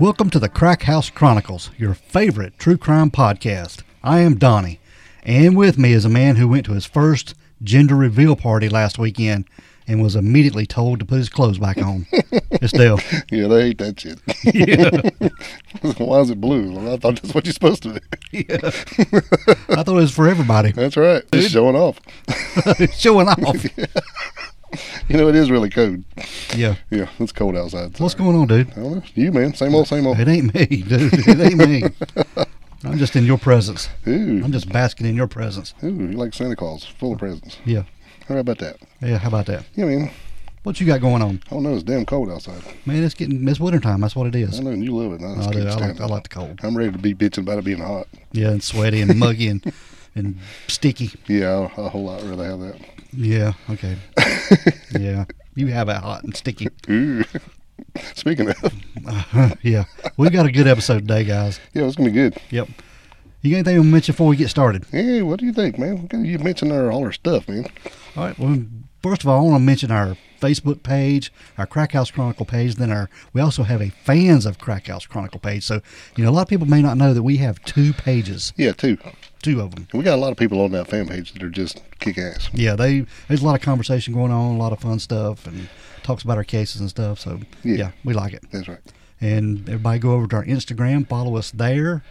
Welcome to the Crack House Chronicles, your favorite true crime podcast. I am Donnie, and with me is a man who went to his first gender reveal party last weekend and was immediately told to put his clothes back on. it's Dale. Yeah, they hate that shit. Why is it blue? Well, I thought that's what you're supposed to do. I thought it was for everybody. That's right. Just showing off. Showing off. You know, it is really cold. Yeah. Yeah, it's cold outside. So. What's going on, dude? I don't know. You, man. Same old, same old. It ain't me, dude. It ain't me. I'm just in your presence. Ooh, I'm just basking in your presence. ooh, you like Santa Claus, full of presents. Yeah. How about that? Yeah, how about that? Yeah, man. What you got going on? I don't know. It's damn cold outside. Man, it's getting it's winter time. That's what it I is. know, and you love it. I, just I, do. can't I, stand like, I it. like the cold. I'm ready to be bitching about it being hot. Yeah, and sweaty and muggy and, and sticky. Yeah, I, I a whole lot rather have that. Yeah, okay. yeah, you have it hot and sticky. Ooh. Speaking of, yeah, we've got a good episode today, guys. yeah, it's gonna be good. Yep. You got anything to mention before we get started? Hey, what do you think, man? You mentioned our all our stuff, man. All right. Well, first of all, I want to mention our Facebook page, our Crack House Chronicle page. Then our we also have a fans of Crack House Chronicle page. So you know a lot of people may not know that we have two pages, Yeah, too. two of them. We got a lot of people on that fan page that are just kick ass. Yeah, they there's a lot of conversation going on, a lot of fun stuff, and talks about our cases and stuff. So Yeah. yeah we like it. That's right. And everybody go over to our Instagram, follow us there,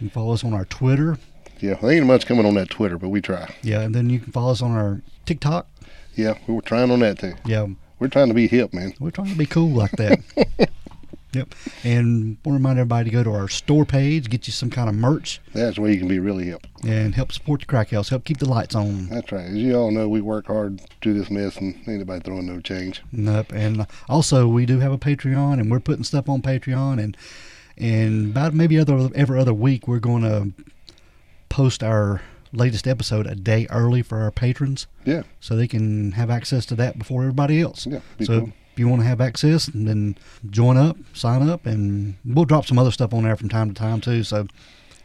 and follow us on our Twitter. Yeah, there ain't much coming on that Twitter, but we try. Yeah, and then you can follow us on our TikTok. Yeah, we were trying on that too. Yeah, We're trying to be hip, man. we're trying to be cool like that. yep. And want to remind everybody to go to our store page, get you some kind of merch, That's where you can be really hip. and help support the crack house, help keep the lights on. That's right. As you all know, we work hard do this mess, and ain't nobody throwing no change. Nope. And also, we do have a Patreon, and we're putting stuff on Patreon, and and about maybe other every other week, we're going to post our latest episode a day early for our patrons. Yeah, so they can have access to that before everybody else. Yeah, be So cool. if you want to have access, then join up, sign up, and we'll drop some other stuff on there from time to time too. So,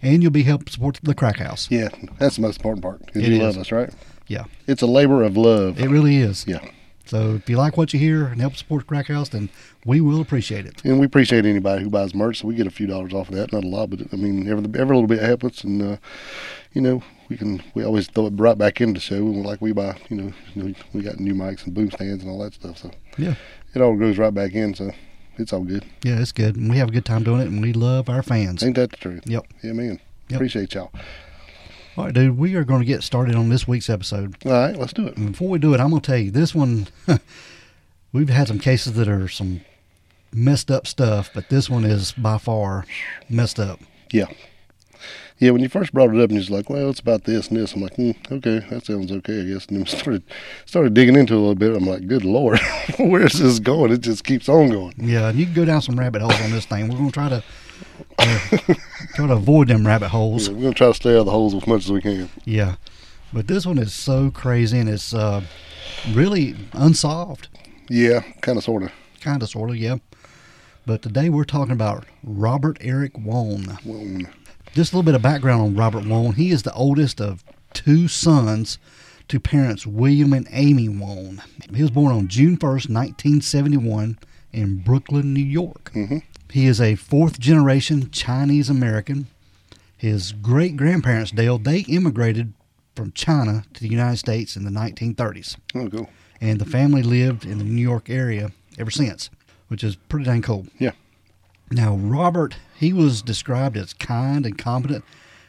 and you'll be helping support the Crack House. yeah. That's the most important part. Is It you is. love us, right? Yeah, It's a labor of love. it really is. yeah. So if you like what you hear and help support the Crack House, then we will appreciate it. And we appreciate anybody who buys merch. So we get a few dollars off of that. Not a lot, but I mean, every, every little bit helps. And uh, you know, we can we always throw it right back into the show. And like we buy, you know, you know, we got new mics and boom stands and all that stuff. So Yeah, it all goes right back in. So it's all good. yeah, it's good, and we have a good time doing it, and we love our fans. Ain't that the truth? Yep. Yeah, man. Yep. Appreciate y'all. All right, dude, we are going to get started on this week's episode. All right, let's do it. And Before we do it, I'm gonna tell you this one. we've had some cases that are some messed up stuff, but this one is by far messed up. Yeah. Yeah, when you first brought it up and you was like, well, it's about this and this. I'm like, hmm, okay, that sounds okay, I guess. And then started started digging into it a little bit. I'm like, good lord, where is this going? It just keeps on going. Yeah, and you can go down some rabbit holes on this thing. We're gonna try to uh, try to avoid them rabbit holes. Yeah, we're gonna try to stay out of the holes as much as we can. Yeah, but this one is so crazy and it's uh, really unsolved, Yeah, kind of, sort of. kind of, sort of. Yeah. But today we're talking about Robert Eric Wone. Well, mm, Just a little bit of background on Robert Wone. He is the oldest of two sons to parents William and Amy Wone. He was born on June 1st, 1971, in Brooklyn, New York. He is a fourth generation Chinese American. His great grandparents, Dale, they immigrated from China to the United States in the 1930s, oh, cool. and the family lived in the New York area ever since, which is pretty dang cool. Yeah, Now, Robert, he was described as kind and competent,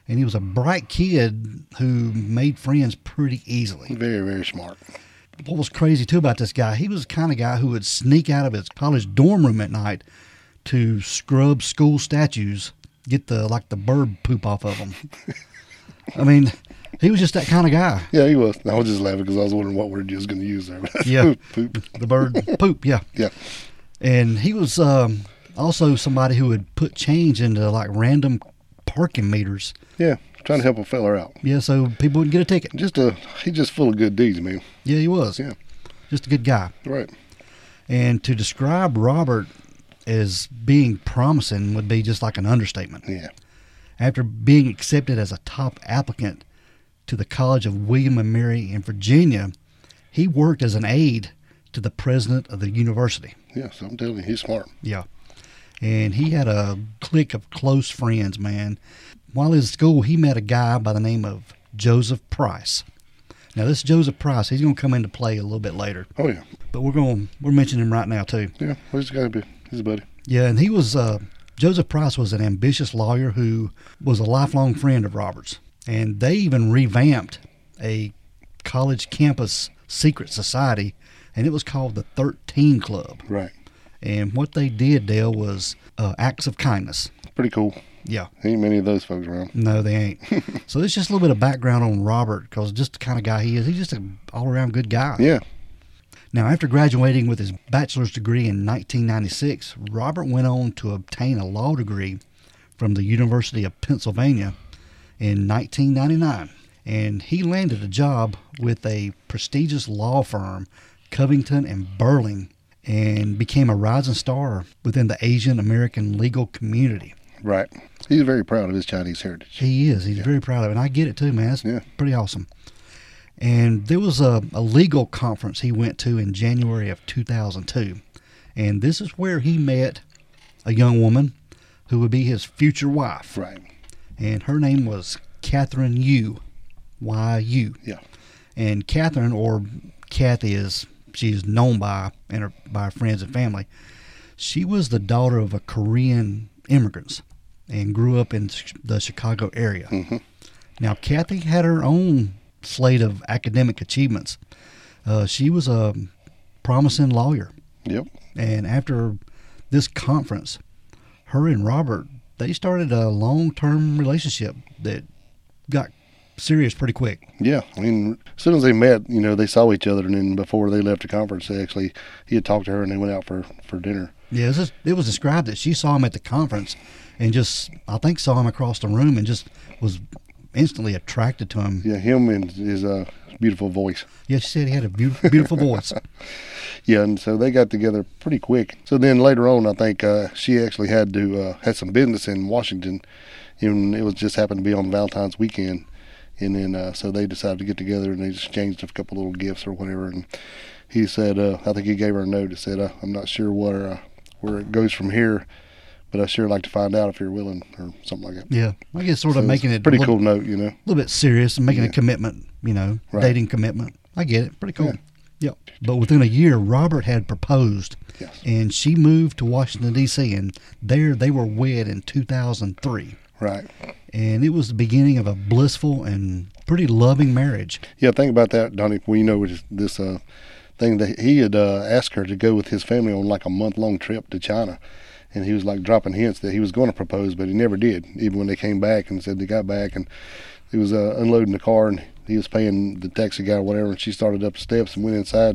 and he was a bright kid who made friends pretty easily. very, very smart. What was crazy too about this guy, he was the kind of guy who would sneak out of his college dorm room at night to scrub school statues, get the like the bird poop off of them. I mean, he was just that kind of guy. Yeah, he was. I was just laughing because I was wondering what word you was gonna use there. Yeah. poop. The bird poop, yeah. Yeah, And he was um, also somebody who would put change into like random parking meters. yeah. Trying to help a feller out. Yeah, so people wouldn't get a ticket. Just a, he just full of good deeds, man. Yeah, he was. Yeah. Just a good guy. Right. And to describe Robert as being promising would be just like an understatement. Yeah. After being accepted as a top applicant to the College of William and Mary in Virginia, he worked as an aide to the president of the university. Yeah, so I'm telling you, he's smart. Yeah. and he had a clique of close friends, man. While he was at school, he met a guy by the name of Joseph Price. Now, this Joseph Price, he's going to come into play a little bit later, Oh yeah, but we're going we're mentioning him right now too. yeah. Well, he's got to be his buddy. Yeah, and he was uh, Joseph Price was an ambitious lawyer who was a lifelong friend of Roberts, and they even revamped a college campus secret society, and it was called the Thirteen Club. Right. And what they did, Dale, was uh, acts of kindness. Pretty cool. Yeah, Ain't many of those folks around. no, they ain't. so it's just a little bit of background on Robert, because just the kind of guy he is. He's just an all-around good guy. Yeah. Now, after graduating with his bachelor's degree in 1996, Robert went on to obtain a law degree from the University of Pennsylvania in 1999, and he landed a job with a prestigious law firm, Covington and Burling, and became a rising star within the Asian American legal community. Right. He's very proud of his Chinese heritage. He is. He's very proud of it. And I get it too, man. That's Yeah. pretty awesome. And there was a, a legal conference he went to in January of 2002. And this is where he met a young woman who would be his future wife. Right. And her name was Catherine Yu. Y U. Yeah. And Catherine, or Kathy, as she is known by and her, by her friends and family, she was the daughter of a Korean immigrants and grew up in Ch- the Chicago area. Mhm. Now, Kathy had her own slate of academic achievements. Uh, she was a promising lawyer, Yep. and after this conference, her and Robert they started a long-term relationship that got serious pretty quick. Yeah, I mean, as soon as they met, you know, they saw each other, and then before they left the conference, they actually he had talked to her, and they went out for for dinner. Yeah, it was, just- it was described that she saw him at the conference and just, I think, saw him across the room and just was instantly attracted to him. Yeah, him and his uh, beautiful voice. Yeah, she said he had a beautiful, beautiful voice. Yeah, and so they got together pretty quick. So then later on, I think uh, she actually had to uh, had some business in Washington, and it was just happened to be on Valentine's weekend, and then uh, so they decided to get together and they just exchanged a couple little gifts or whatever. And he said, uh, I think he gave her a note that said, uh, I'm not sure where uh, where it goes from here, but I sure like to find out if you're willing or something like that. Yeah, I guess sort of So it's making a it pretty a little, cool note, you know. little bit serious and making a Yeah. commitment, you know, Right. dating commitment. I get it. Pretty cool. Yeah. Yep. But within a year, Robert had proposed Yes, and she moved to Washington, D.C., and there they were wed in 2003. right. And it was the beginning of a blissful and pretty loving marriage. Yeah, think about that, Donnie. Well, you know, with this uh, thing that he had uh, asked her to go with his family on like a month long trip to China. And he was like dropping hints that he was going to propose, but he never did. Even when they came back and said they got back and he was uh, unloading the car and he was paying the taxi guy or whatever. And she started up the steps and went inside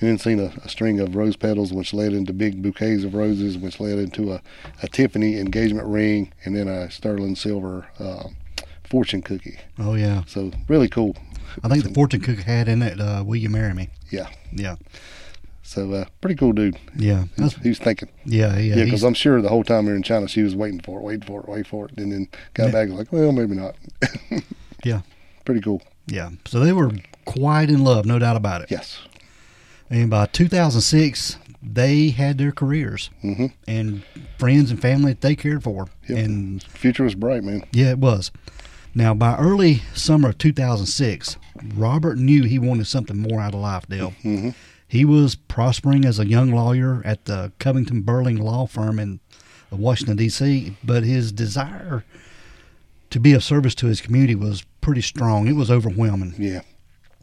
and then seen a, a string of rose petals, which led into big bouquets of roses, which led into a, a Tiffany engagement ring and then a sterling silver uh, fortune cookie. Oh, yeah. So, really cool. I think the fortune cookie had in it, uh, "Will you marry me?" Yeah. Yeah, So uh, pretty cool dude. yeah, that's, He was thinking, yeah, yeah. yeah, he's- because I'm sure the whole time we were in China, she was waiting for it, waiting for it, waiting for it, and then got Yeah. back like, well, maybe not. Yeah. pretty cool. yeah. So they were quite in love, no doubt about it. Yes. And by 2006, they had their careers hmm and friends and family that they cared for, Yep. and Future was bright, man. yeah, it was. Now, by early summer of 2006, Robert knew he wanted something more out of life, Dale. hmm He was prospering as a young lawyer at the Covington Burling Law Firm in Washington, D.C., but his desire to be of service to his community was pretty strong. It was overwhelming Yeah.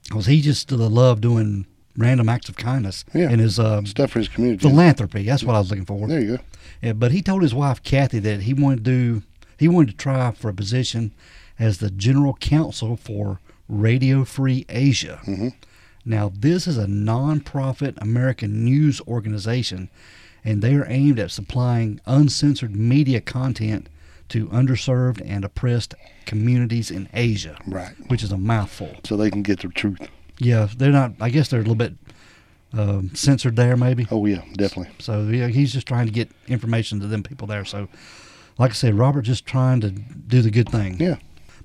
because he just loved doing random acts of kindness Yeah. and his uh, Stuff for his community. philanthropy. That's what I was looking for. there you go. Yeah, but he told his wife Kathy that he wanted to do he wanted to try for a position as the general counsel for Radio Free Asia. Mhm. Now, this is a nonprofit American news organization, and they are aimed at supplying uncensored media content to underserved and oppressed communities in Asia, Right. which is a mouthful. So they can get the truth. Yeah, they're not. I guess they're a little bit um, censored there, maybe. Oh yeah, definitely. So yeah, he's just trying to get information to them people there. So, like I said, Robert just trying to do the good thing. Yeah.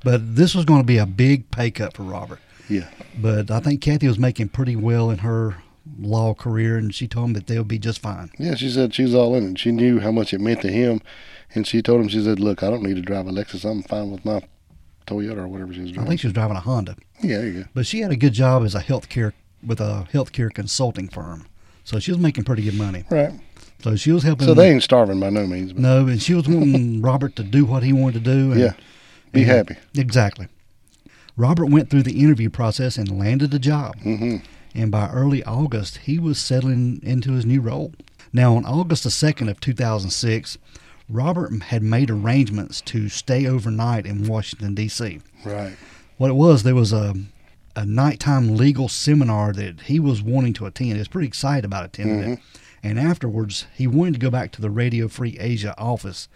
But this was going to be a big pay cut for Robert. Yeah. But I think Kathy was making pretty well in her law career, and she told him that they'll be just fine. Yeah, she said she was all in it. She knew how much it meant to him, and she told him she said, "Look, I don't need to drive a Lexus. I'm fine with my Toyota or whatever she was I driving." think she was driving a Honda, yeah, there you go. but she had a good job as a healthcare with a healthcare consulting firm, so she was making pretty good money. Right. So she was helping. So they ain't starving by no means. But no, and she was wanting Robert to do what he wanted to do. And Yeah. Be happy. Exactly. Robert went through the interview process and landed the job. hmm and by early August, he was settling into his new role. Now, on August the 2nd of 2006, Robert had made arrangements to stay overnight in Washington, D.C. Right. What it was, there was a, a nighttime legal seminar that he was wanting to attend. He was pretty excited about attending it. And afterwards, he wanted to go back to the Radio Free Asia office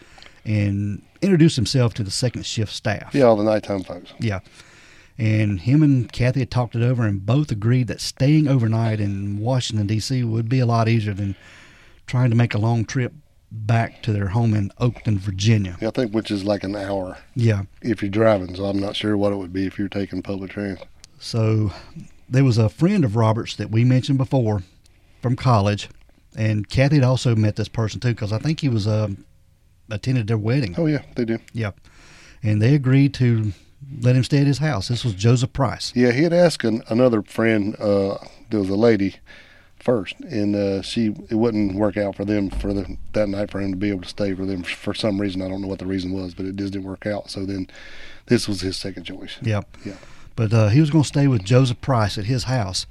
and introduce himself to the second shift staff. Yeah, all the nighttime folks. Yeah. And him and Kathy had talked it over and both agreed that staying overnight in Washington, D.C. would be a lot easier than trying to make a long trip back to their home in Oakton, Virginia. Yeah, I think which is like an hour Yeah. if you're driving. So I'm not sure what it would be if you're taking public transit. So there was a friend of Robert's that we mentioned before from college. And Kathy had also met this person too because I think he was um, attended their wedding. Oh yeah, they do. Yeah. And they agreed to let him stay at his house. This was Joseph Price. Yeah, he had asked an, another friend. Uh, there was a lady first, and uh, she it wouldn't work out for them for the, that night for him to be able to stay with them for some reason. I don't know what the reason was, but it just didn't work out. So then, this was his second choice. Yeah. Yeah. But uh, he was going to stay with Joseph Price at his house.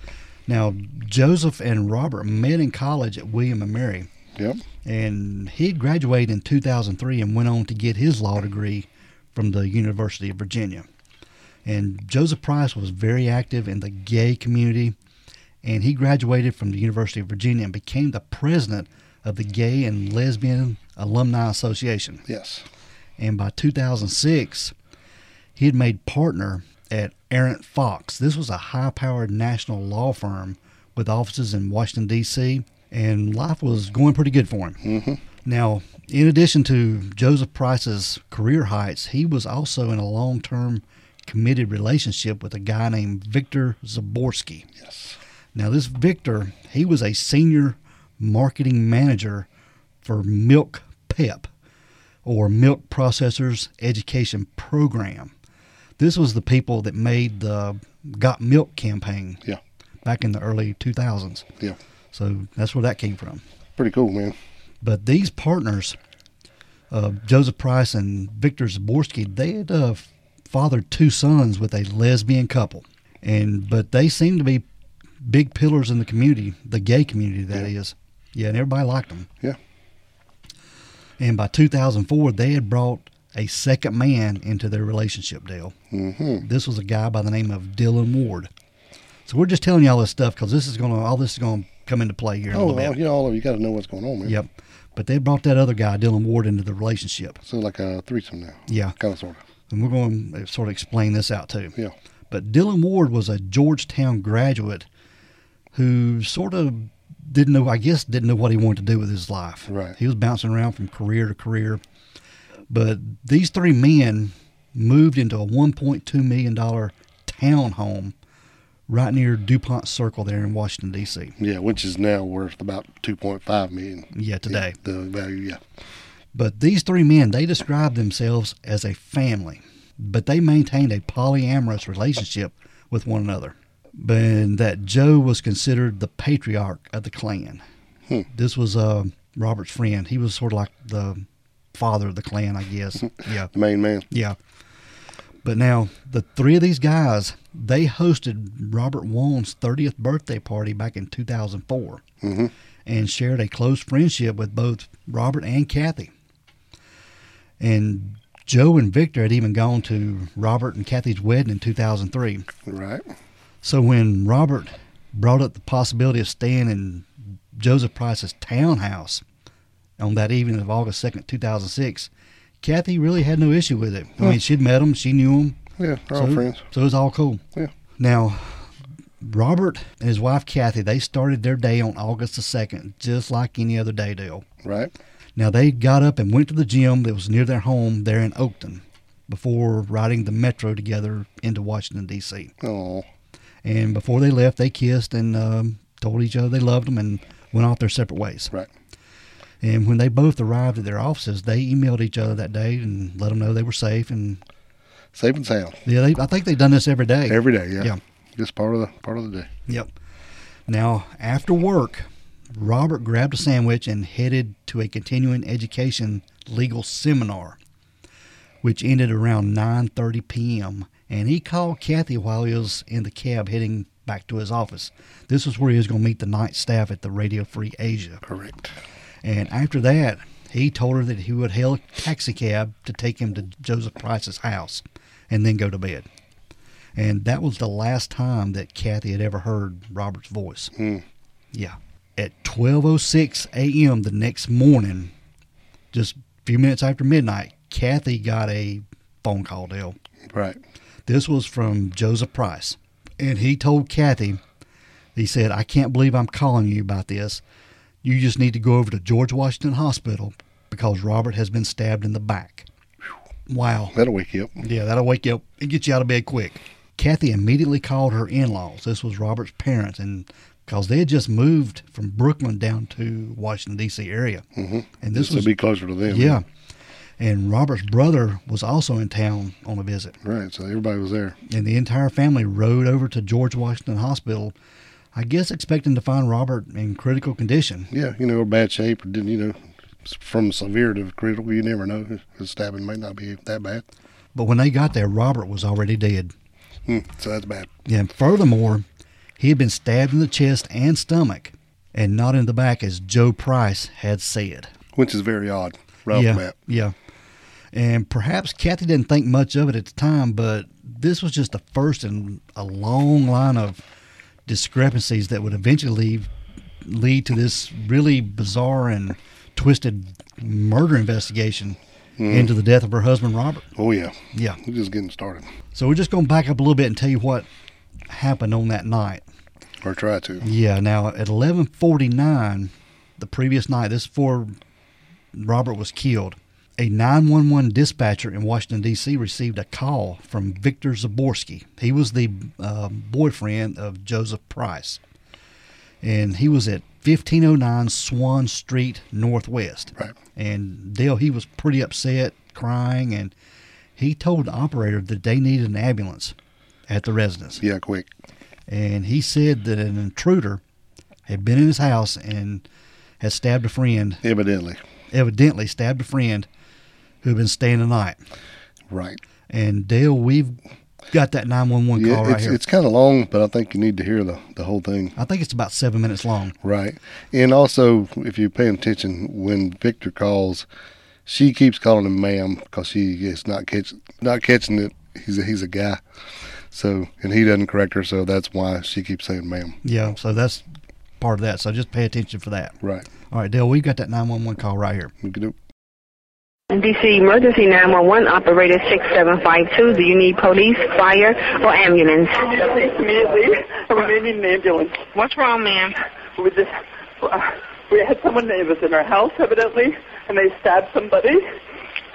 Now, Joseph and Robert met in college at William and Mary, Yep. and he graduated in 2003 and went on to get his law degree from the University of Virginia. And Joseph Price was very active in the gay community, and he graduated from the University of Virginia and became the president of the Gay and Lesbian Alumni Association Yes. and by 2006 he had made partner at Errant Fox. This was a high-powered national law firm with offices in Washington D.C. and life was going pretty good for him. Mm-hmm. Now, in addition to Joseph Price's career heights, he was also in a long-term committed relationship with a guy named Victor Zaborski. Yes. Now, this Victor, he was a senior marketing manager for Milk PEP or Milk Processors Education Program. This was the people that made the Got Milk campaign Yeah. back in the early 2000s. Yeah. So that's where that came from. Pretty cool, man. But these partners, uh, Joseph Price and Victor Zaborski, they had uh, fathered two sons with a lesbian couple, and but they seemed to be big pillars in the community, the gay community that is. Yeah. yeah. and everybody liked them. Yeah. And by 2004, they had brought a second man into their relationship deal. hmm This was a guy by the name of Dylan Ward. So we're just telling you all this stuff because this is gonna all this is gonna come into play here in a Oh, little bit. well, you know, all of you got to know what's going on, man. Yep. But they brought that other guy, Dylan Ward, into the relationship. So like a threesome now, Yeah. kind of sort of. And we're going to sort of explain this out too. Yeah. But Dylan Ward was a Georgetown graduate who sort of didn't know, I guess, didn't know what he wanted to do with his life. Right. He was bouncing around from career to career. But these three men moved into a $1.2 million townhome right near DuPont Circle there in Washington, D.C. Yeah, which is now worth about two point five million Yeah, today. The value, yeah. But these three men, they described themselves as a family, but they maintained a polyamorous relationship with one another. And that Joe was considered the patriarch of the clan. Hmm. This was uh, Robert's friend. He was sort of like the father of the clan, I guess. yeah, The main man. yeah. But now, the three of these guys, they hosted Robert Wan's 30th birthday party back in 2004 hmm and shared a close friendship with both Robert and Kathy. And Joe and Victor had even gone to Robert and Kathy's wedding in 2003. Right. So when Robert brought up the possibility of staying in Joseph Price's townhouse on that evening of August 2nd, 2006, Kathy really had no issue with it. I mean, she'd met him, she knew him, Yeah, they're all so, friends. So it's all cool. Yeah. Now, Robert and his wife Kathy, they started their day on August the 2nd, just like any other day do. Right. Now, they got up and went to the gym that was near their home there in Oakton before riding the metro together into Washington, D.C. Oh, And before they left, they kissed and um, told each other they loved them and went off their separate ways. Right. And when they both arrived at their offices, they emailed each other that day and let them know they were safe. And Safe and sound yeah, they, I think they've done this every day. every day. Yeah. Yeah. Just part of the part of the day. Yep. Now, after work, Robert grabbed a sandwich and headed to a continuing education legal seminar, which ended around 9:30 p.m. And he called Kathy while he was in the cab heading back to his office. This was where he was going to meet the night staff at the Radio Free Asia. Correct. And after that, he told her that he would hail a taxi cab to take him to Joseph Price's house and then go to bed. And that was the last time that Kathy had ever heard Robert's voice. Hmm. Yeah. At 12:06 a.m. the next morning, just a few minutes after midnight, Kathy got a phone call, Dale. Right. This was from Joseph Price. And he told Kathy, he said, I can't believe I'm calling you about this. You just need to go over to George Washington Hospital because Robert has been stabbed in the back. Wow. That'll wake you up. Yeah, that'll wake you up and get you out of bed quick. Kathy immediately called her in laws. This was Robert's parents, and because they had just moved from Brooklyn down to Washington, D.C. area. Mm-hmm. And this This will was, be closer to them. yeah. And Robert's brother was also in town on a visit Right. So everybody was there. and the entire family rode over to George Washington Hospital, I guess expecting to find Robert in critical condition. Yeah. You know, or bad shape, or didn't you know, from severe to critical. You never know. The stabbing might not be that bad. But when they got there, Robert was already dead. Hmm. So that's bad. And furthermore, he had been stabbed in the chest and stomach and not in the back, as Joe Price had said. Which is very odd. Right yeah, off the bat. yeah. And perhaps Kathy didn't think much of it at the time, but this was just the first in a long line of discrepancies that would eventually lead to this really bizarre and twisted murder investigation into the death of her husband Robert. Oh yeah. Yeah. We're just getting started. So we're just going to back up a little bit and tell you what happened on that night. Or try to. Yeah. Now at eleven forty nine, the previous night, this is before Robert was killed, a nine one one dispatcher in Washington D.C. received a call from Victor Zaborski. He was the uh, boyfriend of Joseph Price, and he was at fifteen oh nine Swan Street Northwest. Right. And Dale, he was pretty upset, crying, and he told the operator that they needed an ambulance at the residence Yeah. Quick. and he said that an intruder had been in his house and had stabbed a friend, Evidently. evidently stabbed a friend who had been staying the night. Right. And Dale, we've got that 911 Yeah. call right it's here. it's kind of long, but I think you need to hear the the whole thing. I think it's about seven minutes long. Right. And also, if you're paying attention, when Victor calls, she keeps calling him ma'am because she is not catch, not catching it. He's a, he's a guy. So, and he doesn't correct her. So that's why she keeps saying ma'am. Yeah, so that's part of that. So just pay attention for that. Right. All right, Dale, we've got that 911 call right here. You can do DC Emergency 911 operator 6752. Do you need police, fire, or ambulance? I'm in an ambulance What's wrong, ma'am? with this. Uh, we had someone that was in our house, evidently, and they stabbed somebody.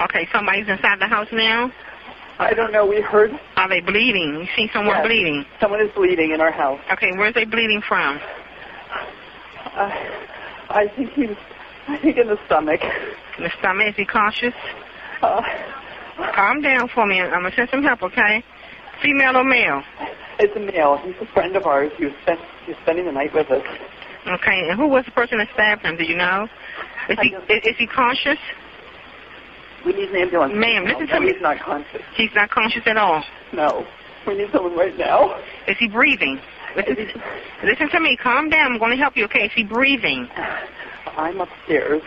Okay, somebody's inside the house now. I don't know. We heard Are they bleeding? You see someone Yes. bleeding? someone is bleeding in our house. Okay, where's they bleeding from? Uh, I think he was. I think in the stomach. The stomach. Is he conscious? Uh, Calm down for me. I'm gonna send some help. Okay? Female or male? it's a male. He's a friend of ours. He was spent. He's spending the night with us. Okay. And who was the person that stabbed him? Do you know? Is I he don't- is, is he conscious? We need an ambulance. Ma'am, right now. listen to No, me. He's not conscious. He's not conscious at all. No, we need someone right now. Is he breathing? Listen, Is he- listen to me. Calm down. I'm gonna help you. Okay? Is he breathing? I'm upstairs,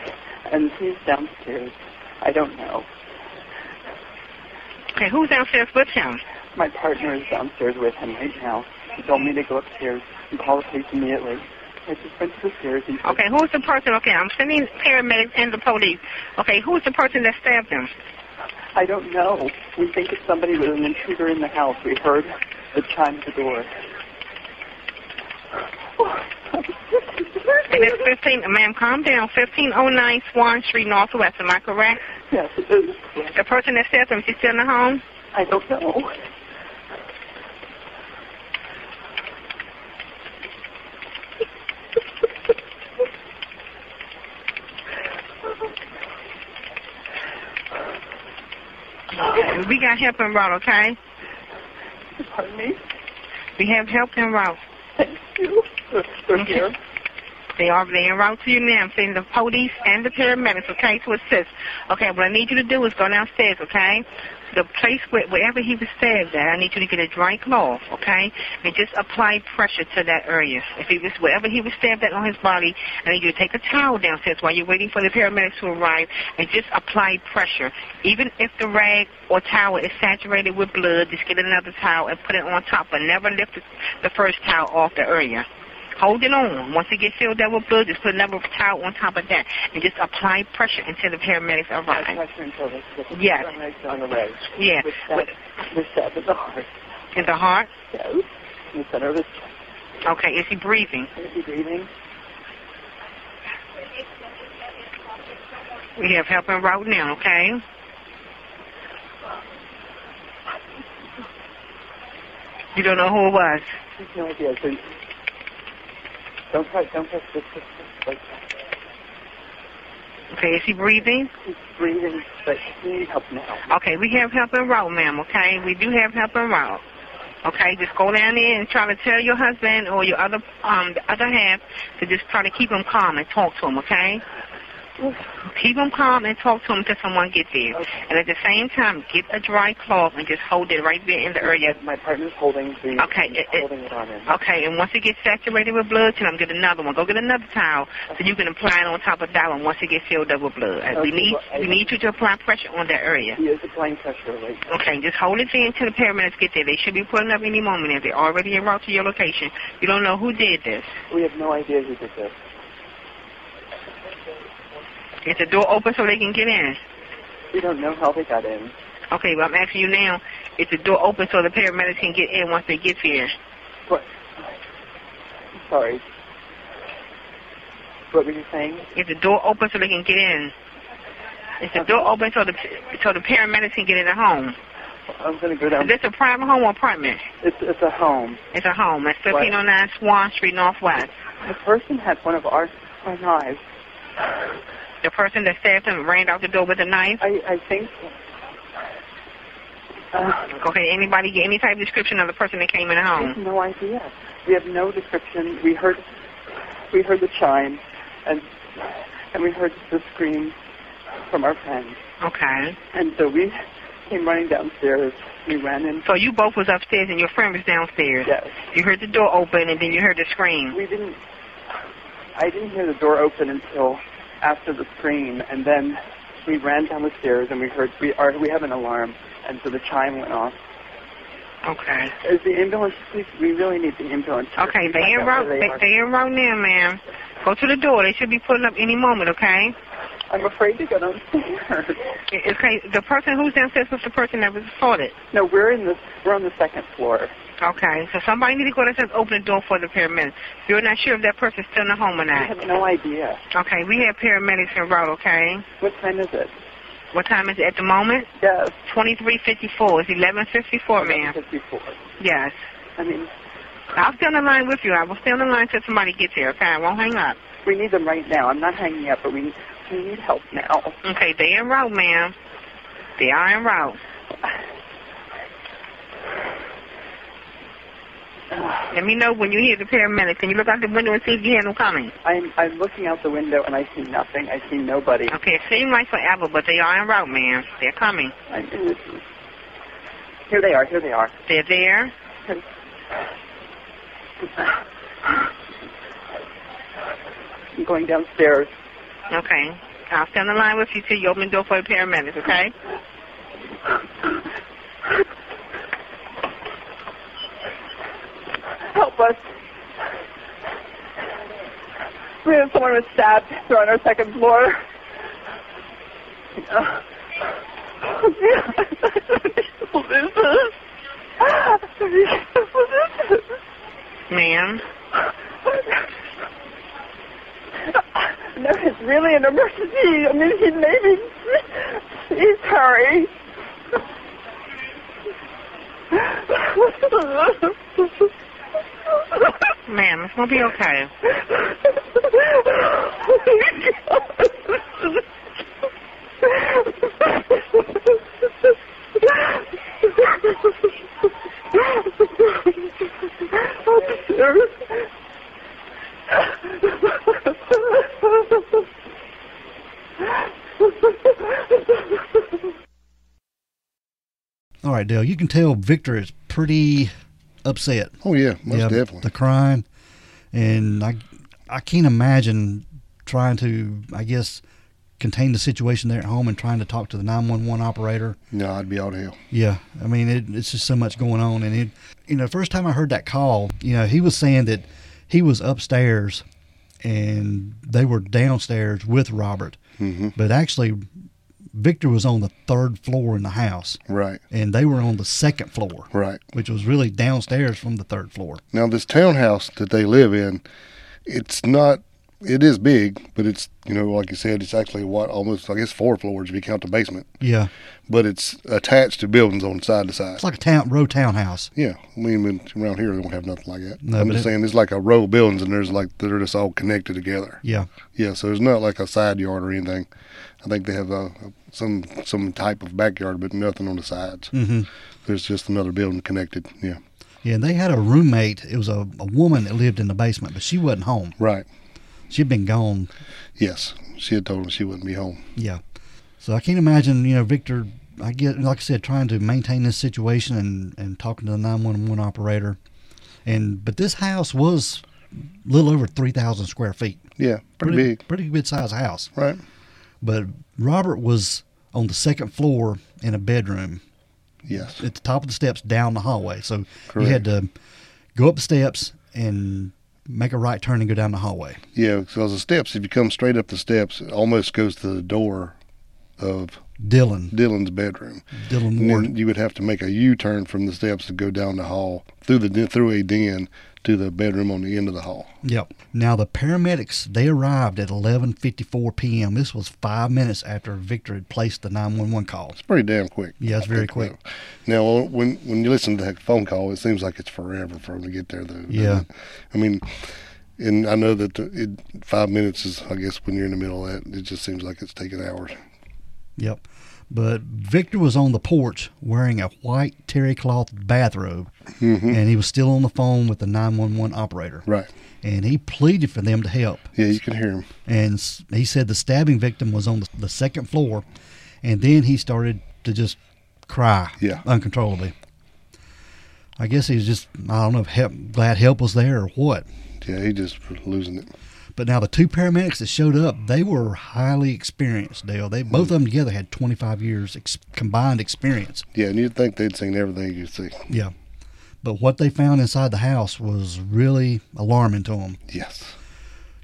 and he's downstairs. I don't know. Okay. Who's downstairs with him? My partner is downstairs with him right now. He told me to go upstairs and call the police immediately. I just went to the stairs and Okay, who's the person? Okay, I'm sending paramedics and the police. Okay, who's the person that stabbed him? I don't know. We think it's somebody with an intruder in the house. We heard the chime at the door. And it's 15, ma'am, calm down, 1509 Swan Street Northwest, am I correct? yes, it is. The person that stabbed him, is he still in the home? I don't know. We got help en route, okay? Pardon me? We have help en route. Thank you. They're, they're here. They are they en route to you now. I'm sending the police and the paramedics, okay, to assist. Okay, what I need you to do is go downstairs, okay? The place where wherever he was stabbed at, I need you to get a dry cloth, okay? And just apply pressure to that area. If he was wherever he was stabbed at on his body, I need you to take a towel downstairs while you're waiting for the paramedics to arrive and just apply pressure. Even if the rag or towel is saturated with blood, just get another towel and put it on top, but never lift the, the first towel off the area. Hold it on. Once it gets filled up with blood, just put another towel on top of that and just apply pressure until the paramedics arrive. Pressure and service. Yes. On the road. Yeah. With With- that, with that, with the heart. In the heart? Yes. In the center of his chest. Okay. Is he breathing? Is he breathing? We have help en route now, okay? You don't know who it was. He's no idea. So don't touch, don't touch this. this, this like, Okay, is he breathing? he's breathing, but he needs help now. Okay, we have help en route, ma'am, okay? We do have help en route. Okay, just go down there and try to tell your husband or your other um the other half to just try to keep him calm and talk to him, okay? Keep him calm and talk to him until someone gets there. Okay. And at the same time, get a dry cloth and just hold it right there in the area. My partner's holding the. Okay, he's it- it- holding it on him. Okay, and once it gets saturated with blood, tell them get another one. Go get another towel so you can apply it on top of that one once it gets filled up with blood. And we Okay, need well, I- we need you to apply pressure on that area. He is applying pressure right now. Okay, just hold it there until the paramedics get there. They should be pulling up any moment if they're already en route to your location. You don't know who did this. We have no idea who did this. Is the door open so they can get in? We don't know how they got in. Okay, well, I'm asking you now, is the door open so the paramedics can get in once they get here? But sorry. What were you saying? Is the door open so they can get in? Is the door open so the so the paramedics can get in the home? I'm gonna go down. Is this a private home or apartment? It's it's a home. It's a home. It's 1509 Swan Street Northwest. The person had one of our, our knives. The person that stabbed him ran out the door with a knife. I I think. Uh, Okay, anybody get any type of description of the person that came in the I have home? no idea. We have no description. We heard we heard the chime, and and we heard the scream from our friend. Okay. And so we came running downstairs. We ran in. So you both was upstairs and your friend was downstairs. Yes. You heard the door open and then you heard the scream. We didn't. I didn't hear the door open until after the scream, and then we ran down the stairs and we heard we are we have an alarm, and so the chime went off. Okay. Is the ambulance? please, We really need the ambulance. here. Okay, they Find in out route. where They, are. they in route now, ma'am. Go to the door. They should be pulling up any moment. Okay. I'm afraid to go downstairs. I- Okay. The person who's downstairs was the person that was assaulted. No, we're in the we're on the second floor. Okay. So somebody need to go downstairs, open the door for the paramedics. You're not sure if that person's still in the home or We not. have no idea. Okay, we have paramedics en route, okay? What time is it? What time is it at the moment? Yes. 2354. It's Oh, 1154, ma'am. 54. Yes. I mean, I'll stay on the line with you. I will stay on the line till somebody gets here, okay? I won't hang up. we need them right now. I'm not hanging up, but we we need help now. Okay, they en route, ma'am. They are en route. Let me know when you hear the paramedics. Can you look out the window and see if you hear them coming? I'm I'm looking out the window and I see nothing. I see nobody. Okay, it seems like forever, but they are en route, ma'am. They're coming. I mean, this is- here they are. Here they are. They're there. I'm going downstairs. Okay. I'll stay on the line with you till you open the door for the paramedics, okay? Help us. We have someone was stabbed. They're on our second floor. What is this? What is this? Ma'am. No, it's really an emergency. I mean, he maybe he's hurry. Ma'am, it's gonna be okay. Oh All right, Dale. You can tell Victor is pretty upset. Oh yeah, most Yeah, definitely. the crime, and I, I can't imagine trying to, I guess, contain the situation there at home and trying to talk to the nine one one operator. no, I'd be out of hell. Yeah, I mean, it, it's just so much going on, and it, you know, first time I heard that call, you know, he was saying that he was upstairs and they were downstairs with Robert, hmm but actually, Victor was on the third floor in the house, Right, and they were on the second floor, right. which was really downstairs from the third floor. Now this townhouse that they live in, it's not. It is big, but it's you know like you said, it's actually what almost I guess four floors if you count the basement. Yeah, But it's attached to buildings on side to side. it's like a town row townhouse. Yeah, I mean when- around here they don't have nothing like that. No, I'm but just it- saying it's like a row of buildings and there's like they're just all connected together. Yeah, Yeah, so it's not like a side yard or anything. I think they have uh some some type of backyard, but nothing on the sides. hmm There's just another building connected. Yeah, yeah. And they had a roommate. It was a, a woman that lived in the basement, but she wasn't home. right. She'd been gone Yes, she had told him she wouldn't be home. Yeah. So I can't imagine, you know, Victor, I get, like I said, trying to maintain this situation and, and talking to the 911 operator. And, but this house was a little over 3,000 square feet. Yeah, pretty, big, Pretty good sized house. right? But Robert was on the second floor in a bedroom Yes, at the top of the steps down the hallway. So you had Correct. to go up the steps and make a right turn and go down the hallway. yeah. Because the steps, if you come straight up the steps, it almost goes to the door of Dylan, Dylan's bedroom. Dylan And Ward. then you would have to make a U-turn from the steps to go down the hall through the through a den to the bedroom on the end of the hall. Yep. Now the paramedics they arrived at 11:54 p.m. This was five minutes after Victor had placed the 911 call. It's pretty damn quick. Yeah, it's I very think quick. about it. Now, uh, when when you listen to that phone call, it seems like it's forever for them to get there, though. doesn't Yeah. it? I mean, and I know that the- it, five minutes is, I guess, when you're in the middle of that, it just seems like it's taking hours. Yep. But Victor was on the porch wearing a white terry cloth bathrobe, and he was still on the phone with the 911 operator. Mm-hmm. Right. And he pleaded for them to help. Yeah, you can hear them. And s- he said the stabbing victim was on the, the second floor, and then he started to just cry Yeah. uncontrollably. I guess he was just I don't know if help, glad help was there or what. Yeah, he just was losing it. But now the two paramedics that showed up, they were highly experienced. Dale, they both of them together had 25 years ex- combined experience. Yeah, and you'd think they'd seen everything you could see. Yeah, but what they found inside the house was really alarming to them. Yes.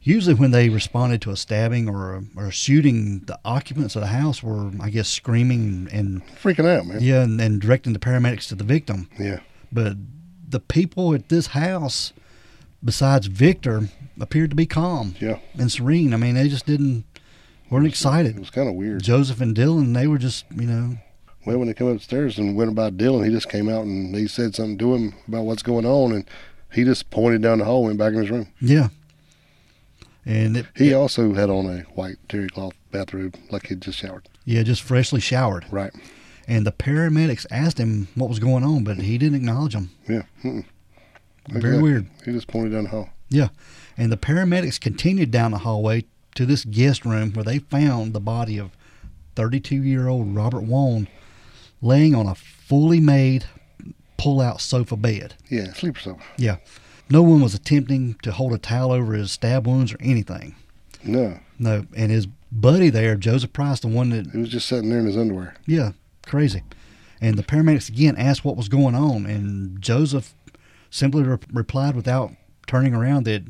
Usually, when they responded to a stabbing or a, or a shooting, the occupants of the house were, I guess, screaming and Freaking out, man. yeah, and, and directing the paramedics to the victim. Yeah. But the people at this house, besides Victor, appeared to be calm Yeah. and serene. I mean, they just didn't weren't excited. It was kind of weird. Joseph and Dylan, they were just, you know, Well, when they come upstairs and went about Dylan, he just came out and they said something to him about what's going on, and he just pointed down the hall and went back in his room. yeah. And it, He also had on a white terry cloth bathrobe, like he'd just showered. yeah, just freshly showered. Right. And the paramedics asked him what was going on, but he didn't acknowledge them. Yeah. Mm-mm. Like Very that. weird. He just pointed down the hall. Yeah. And the paramedics continued down the hallway to this guest room where they found the body of 32 year old Robert Wong laying on a fully made pull out sofa bed. Yeah, sleeper cell. Yeah. No one was attempting to hold a towel over his stab wounds or anything. No, No. And his buddy there, Joseph Price, the one that he was just sitting there in his underwear. Yeah, crazy. And the paramedics again asked what was going on, and Joseph simply re- replied without turning around that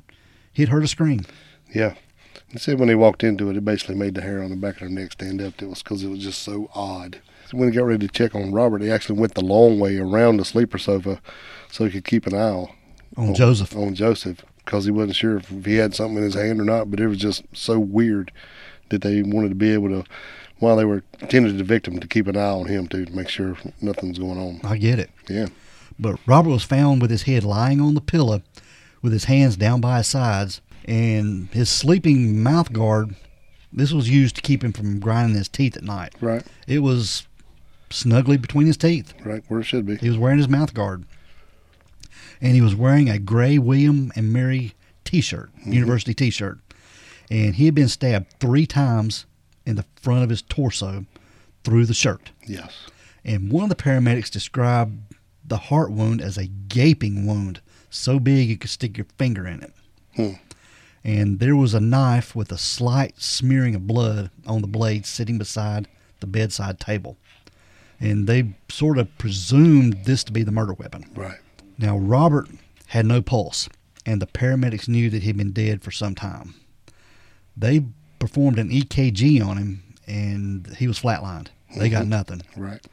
he'd heard a scream. Yeah. He said when he walked into it, it basically made the hair on the back of their neck stand up. It was because it was just so odd. So when he got ready to check on Robert, he actually went the long way around the sleeper sofa so he could keep an eye on On Joseph. on Joseph because he wasn't sure if he had something in his hand or not. But it was just so weird that they wanted to be able to, while they were tended to the victim, to keep an eye on him too, to make sure nothing's going on. I get it. Yeah, But Robert was found with his head lying on the pillow, with his hands down by his sides, and his sleeping mouth guard. This was used to keep him from grinding his teeth at night. right, It was snugly between his teeth. right where it should be. He was wearing his mouth guard. And he was wearing a gray William and Mary t shirt, university t shirt. And he had been stabbed three times in the front of his torso through the shirt. Yes, and one of the paramedics described the heart wound as a gaping wound, so big you could stick your finger in it. Hmm. And there was a knife with a slight smearing of blood on the blade sitting beside the bedside table. And they sort of presumed this to be the murder weapon. Right. Now, Robert had no pulse, and the paramedics knew that he'd been dead for some time. They performed an EKG on him, and he was flatlined. They got nothing. Right.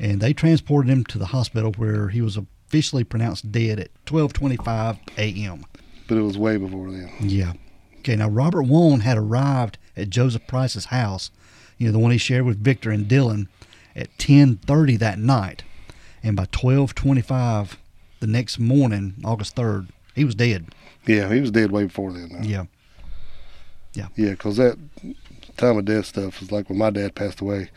And they transported him to the hospital where he was officially pronounced dead at 12:25 a.m. But it was way before then. Yeah. Okay, now Robert Wong had arrived at Joseph Price's house, you know, the one he shared with Victor and Dylan at 10:30 that night. And by 12:25 the next morning, August 3rd, he was dead. Yeah, he was dead way before then. Though. Yeah. Yeah, 'cause that time of death stuff is like when my dad passed away,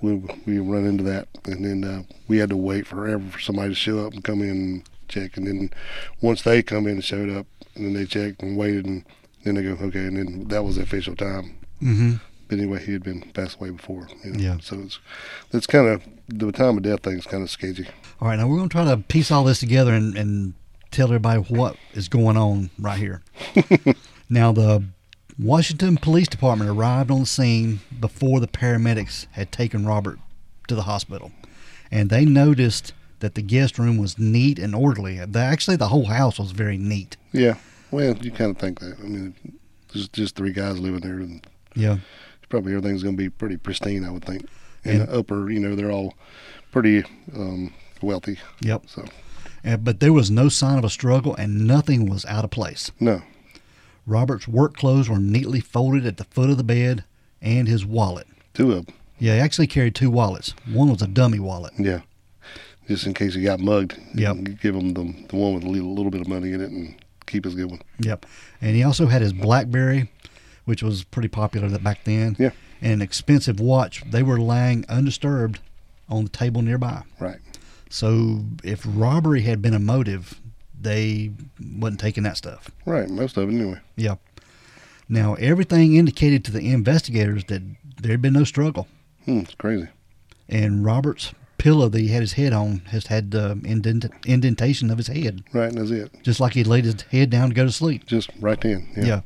we we run into that, and then uh, we had to wait forever for somebody to show up and come in and check, and then once they come in and showed up, and then they checked and waited, and then they go okay, and then that was the official time. Mhm. But anyway, he had been passed away before. You know? Yeah. So it's it's kind of the time of death thing's kind of sketchy. All right, now we're going to try to piece all this together and, and tell everybody what is going on right here. now, the Washington Police Department arrived on the scene before the paramedics had taken Robert to the hospital, and they noticed that the guest room was neat and orderly. The- actually, the whole house was very neat. Yeah. Well, you kind of think that. I mean, there's just three guys living there, and Yeah, probably everything's going to be pretty pristine, I would think. And Yeah. the upper, you know, they're all pretty um, wealthy. yep. So, And, but there was no sign of a struggle, and nothing was out of place. no. Robert's work clothes were neatly folded at the foot of the bed, and his wallet. Two of them. Yeah, he actually carried two wallets. One was a dummy wallet. Yeah. Just in case he got mugged. Yep. You Give him the, the one with a little, little bit of money in it and keep his good one. Yep. And he also had his Blackberry, which was pretty popular that back then. Yeah. And an expensive watch. They were lying undisturbed on the table nearby. Right. So if robbery had been a motive, they wasn't taking that stuff. Right. Most of it, anyway. Yeah. Now everything indicated to the investigators that there had been no struggle. Hmm, it's crazy. And Robert's pillow that he had his head on has had the indent- indentation of his head, Right. And that's it. just like he laid his head down to go to sleep. Just right then. yeah.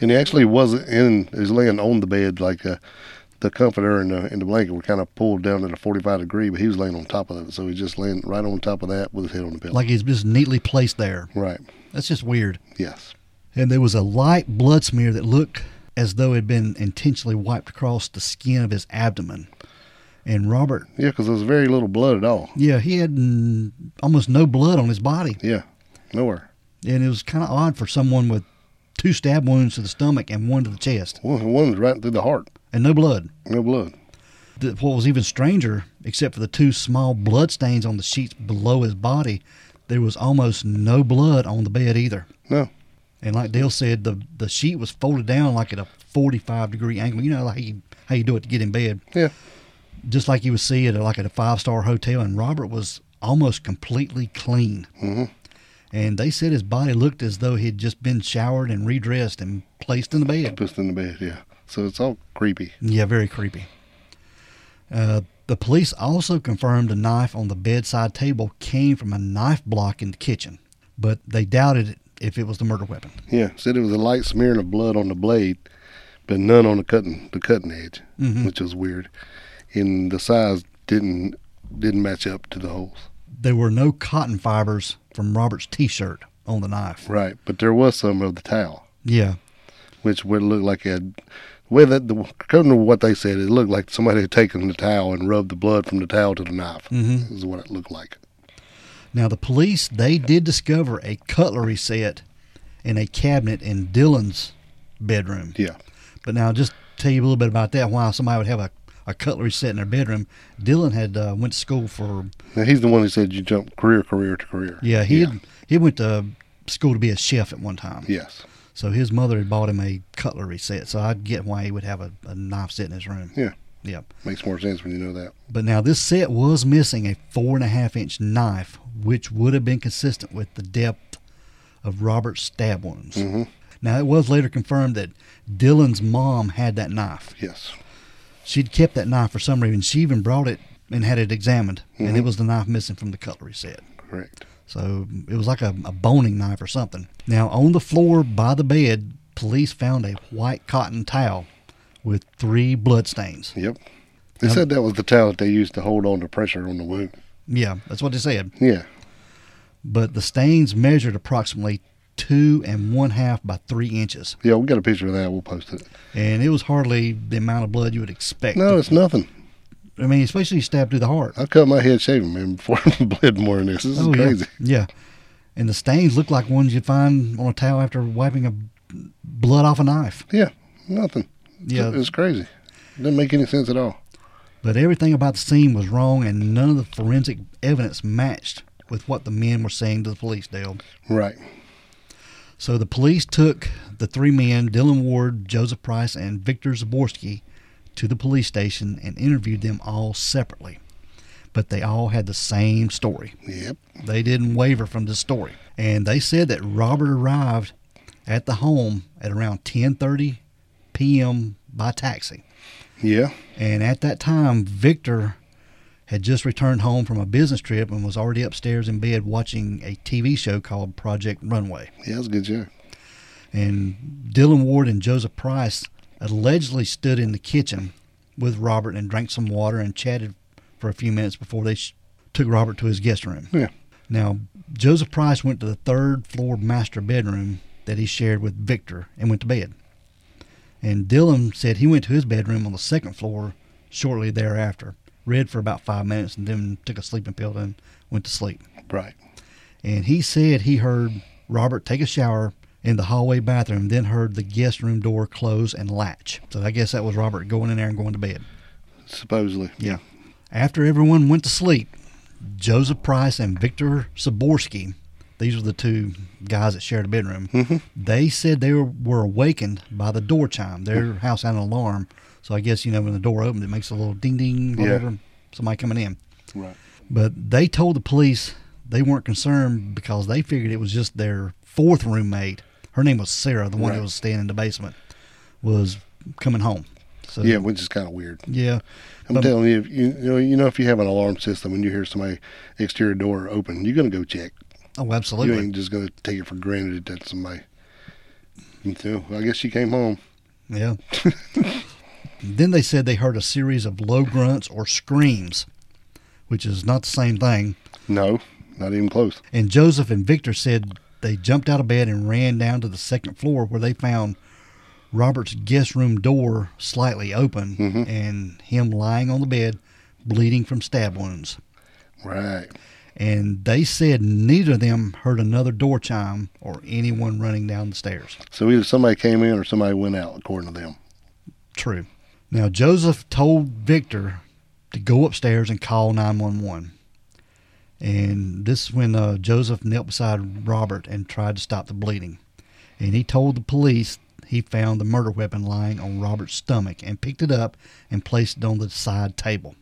And he actually wasn't in, he was laying on the bed like uh, the comforter and the, and the blanket were kind of pulled down at a 45 degree, but he was laying on top of it. So he just laying right on top of that with his head on the pillow. like he's just neatly placed there. right. That's just weird. Yes. And there was a light blood smear that looked as though it had been intentionally wiped across the skin of his abdomen. And Robert, Yeah, because there was very little blood at all. yeah, he had mm, almost no blood on his body. Yeah, nowhere. And it was kind of odd for someone with two stab wounds to the stomach and one to the chest One, one was right through the heart. and no blood. No blood. The- What was even stranger, except for the two small blood stains on the sheets below his body, there was almost no blood on the bed either. No. And like Dale said, the the sheet was folded down like at a 45 degree angle. You know like you, how you do it to get in bed, Yeah. just like you would see it like at a five star hotel. And Robert was almost completely clean. Mm-hmm. And they said his body looked as though he'd just been showered and redressed and placed in the bed. Pissed in the bed. Yeah. So it's all creepy. Yeah, very creepy. Uh, the police also confirmed a knife on the bedside table came from a knife block in the kitchen, but they doubted if it was the murder weapon. Yeah. Said it was a light smearing of blood on the blade, but none on the cutting the cutting edge, which was weird. And the size didn't didn't match up to the holes. there were no cotton fibers from Robert's t-shirt on the knife. Right. But there was some of the towel, Yeah, which would look like a way that the according to what they said, it looked like somebody had taken the towel and rubbed the blood from the towel to the knife. Mm-hmm. Is what it looked like. Now, the police, they did discover a cutlery set in a cabinet in Dylan's bedroom. Yeah. But now, just tell you a little bit about that, why somebody would have a, a cutlery set in their bedroom. Dylan had uh, went to school for, Now, he's the one who said you jump career, career to career. yeah, he, Had, he went to school to be a chef at one time. Yes. So his mother had bought him a cutlery set. So I get why he would have a, a knife set in his room. Yeah. Yeah. Makes more sense when you know that. But now this set was missing a four and a half inch knife, which would have been consistent with the depth of Robert's stab wounds. Now it was later confirmed that Dylan's mom had that knife. Yes. She'd kept that knife for some reason. She even brought it and had it examined, and it was the knife missing from the cutlery set. Correct. So it was like a, a boning knife or something. Now, on the floor by the bed, police found a white cotton towel with three bloodstains. Yep. They said that was the towel that they used to hold on to pressure on the wound. Yeah, that's what they said. Yeah. But the stains measured approximately two and one half by three inches, Yeah, we got a picture of that. We'll post it. and it was hardly the amount of blood you would expect. No, it's nothing. I mean, especially stabbed through the heart. I cut my head shaving, man, before I bled more than this. This is Oh, yeah. crazy. Yeah. And the stains look like ones you find on a towel after wiping a blood off a knife. Yeah, nothing. Yeah. It's crazy. It doesn't make any sense at all. But everything about the scene was wrong, and none of the forensic evidence matched with what the men were saying to the police, Dale. Right. So the police took the three men, Dylan Ward, Joseph Price, and Victor Zaborski, to the police station and interviewed them all separately. But they all had the same story. Yep. They didn't waver from this story, and they said that Robert arrived at the home at around 10:30 p.m. by taxi. Yeah. And at that time, Victor had just returned home from a business trip and was already upstairs in bed watching a TV show called Project Runway. Yeah, that's a good job. And Dylan Ward and Joseph Price allegedly stood in the kitchen with Robert and drank some water and chatted for a few minutes before they sh- took Robert to his guest room. Yeah. Now, Joseph Price went to the third floor master bedroom that he shared with Victor and went to bed. And Dylan said he went to his bedroom on the second floor shortly thereafter, read for about five minutes, and then took a sleeping pill and went to sleep. Right. And he said he heard Robert take a shower in the hallway bathroom, then heard the guest room door close and latch. So I guess that was Robert going in there and going to bed. Supposedly. Yeah. After everyone went to sleep, Joseph Price and Victor Saborski, these were the two guys that shared a bedroom, they said they were, were awakened by the door chime. Their house had an alarm. So I guess, you know, when the door opened, it makes a little ding ding, Yeah. whatever, somebody coming in. Right. But they told the police they weren't concerned because they figured it was just their fourth roommate. Her name was Sarah, the one that Right. was staying in the basement, was coming home. So, Yeah, which is kind of weird. Yeah. I'm But- telling you, if you, you know, you know, if you have an alarm system and you hear somebody exterior door open, you're gonna go check. Oh, You absolutely. ain't just gonna take it for granted that somebody. And so I guess she came home. Yeah. then they said they heard a series of low grunts or screams, which is not the same thing. No, not even close. And Joseph and Victor said they jumped out of bed and ran down to the second floor where they found Robert's guest room door slightly open and him lying on the bed, bleeding from stab wounds. Right. And they said neither of them heard another door chime or anyone running down the stairs. So either somebody came in or somebody went out, according to them. True. Now, Joseph told Victor to go upstairs and call 911. And this is when uh, Joseph knelt beside Robert and tried to stop the bleeding. And he told the police he found the murder weapon lying on Robert's stomach and picked it up and placed it on the side table.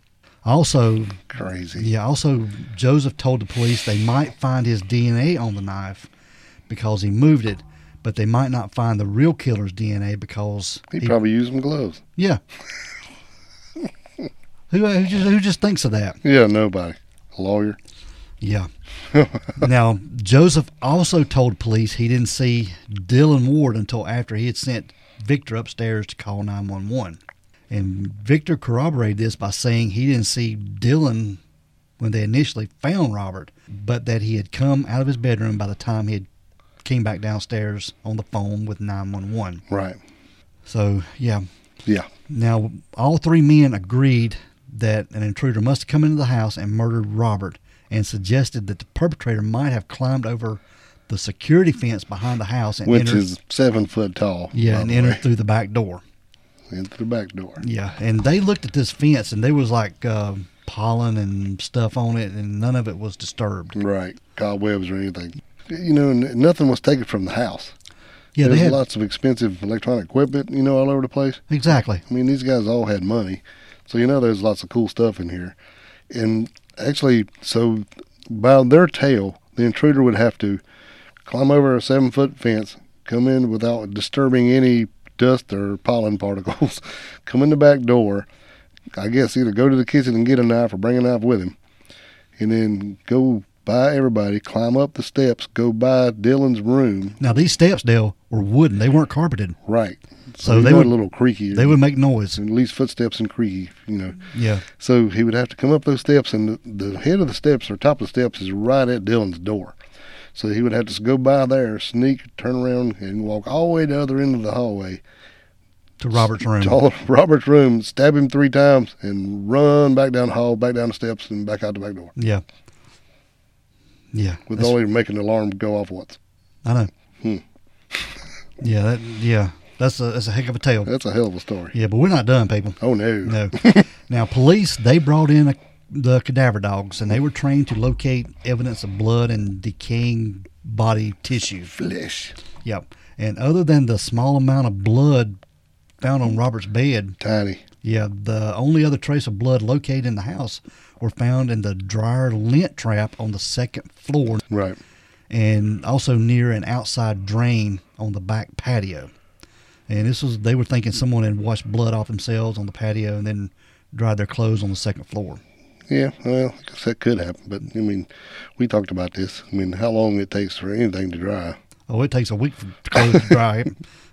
Also, Crazy. yeah, also, Joseph told the police they might find his DNA on the knife because he moved it, but they might not find the real killer's DNA because He probably used some gloves. yeah. who, uh, who just who just thinks of that? Yeah, nobody. A lawyer. Yeah. now Joseph also told police he didn't see Dylan Ward until after he had sent Victor upstairs to call nine one one, and Victor corroborated this by saying he didn't see Dylan when they initially found Robert, but that he had come out of his bedroom by the time he had came back downstairs on the phone with nine one one. Right. So yeah, Yeah. Now, all three men agreed that an intruder must have come into the house and murdered Robert and suggested that the perpetrator might have climbed over the security fence behind the house and Which entered, is seven foot tall. yeah, by and the entered way. through the back door. In through the back door. Yeah, and they looked at this fence and there was like uh, pollen and stuff on it, and none of it was disturbed. Right. Cobwebs or anything. You know, n- nothing was taken from the house. Yeah, There's they had lots of expensive electronic equipment, you know, all over the place. exactly. I mean, these guys all had money. So, you know, there's lots of cool stuff in here. And actually, so by their tale, the intruder would have to climb over a seven foot fence, come in without disturbing any dust or pollen particles, come in the back door, I guess either go to the kitchen and get a knife or bring a knife with him, and then go by everybody, climb up the steps, go by Dylan's room. Now these steps, Dale, were wooden. They weren't carpeted, Right. so you they know would it a little creaky. they would make noise. at least footsteps and creaky, you know. Yeah, So he would have to come up those steps, and the, the head of the steps or top of the steps is right at Dylan's door. So he would have to go by there, sneak, turn around, and walk all the way to the other end of the hallway to Robert's room. to all- Robert's room, stab him three times, and run back down the hall, back down the steps, and back out the back door. Yeah, yeah. With that's- only making the alarm go off once. I know. Hmm. Yeah, that, yeah. That's a that's a heck of a tale. That's a hell of a story. Yeah, but we're not done, people. Uh. Oh no. No. now, police they brought in a, the cadaver dogs, and they were trained to locate evidence of blood and decaying body tissue. Flesh. Yep. And other than the small amount of blood found on Robert's bed, Tiny. yeah, the only other trace of blood located in the house were found in the dryer lint trap on the second floor Right. and also near an outside drain on the back patio. And this was they were thinking someone had washed blood off themselves on the patio and then dried their clothes on the second floor. Yeah, well, I guess that could happen. But I mean, we talked about this. I mean, how long it takes for anything to dry. Oh, it takes a week for clothes to dry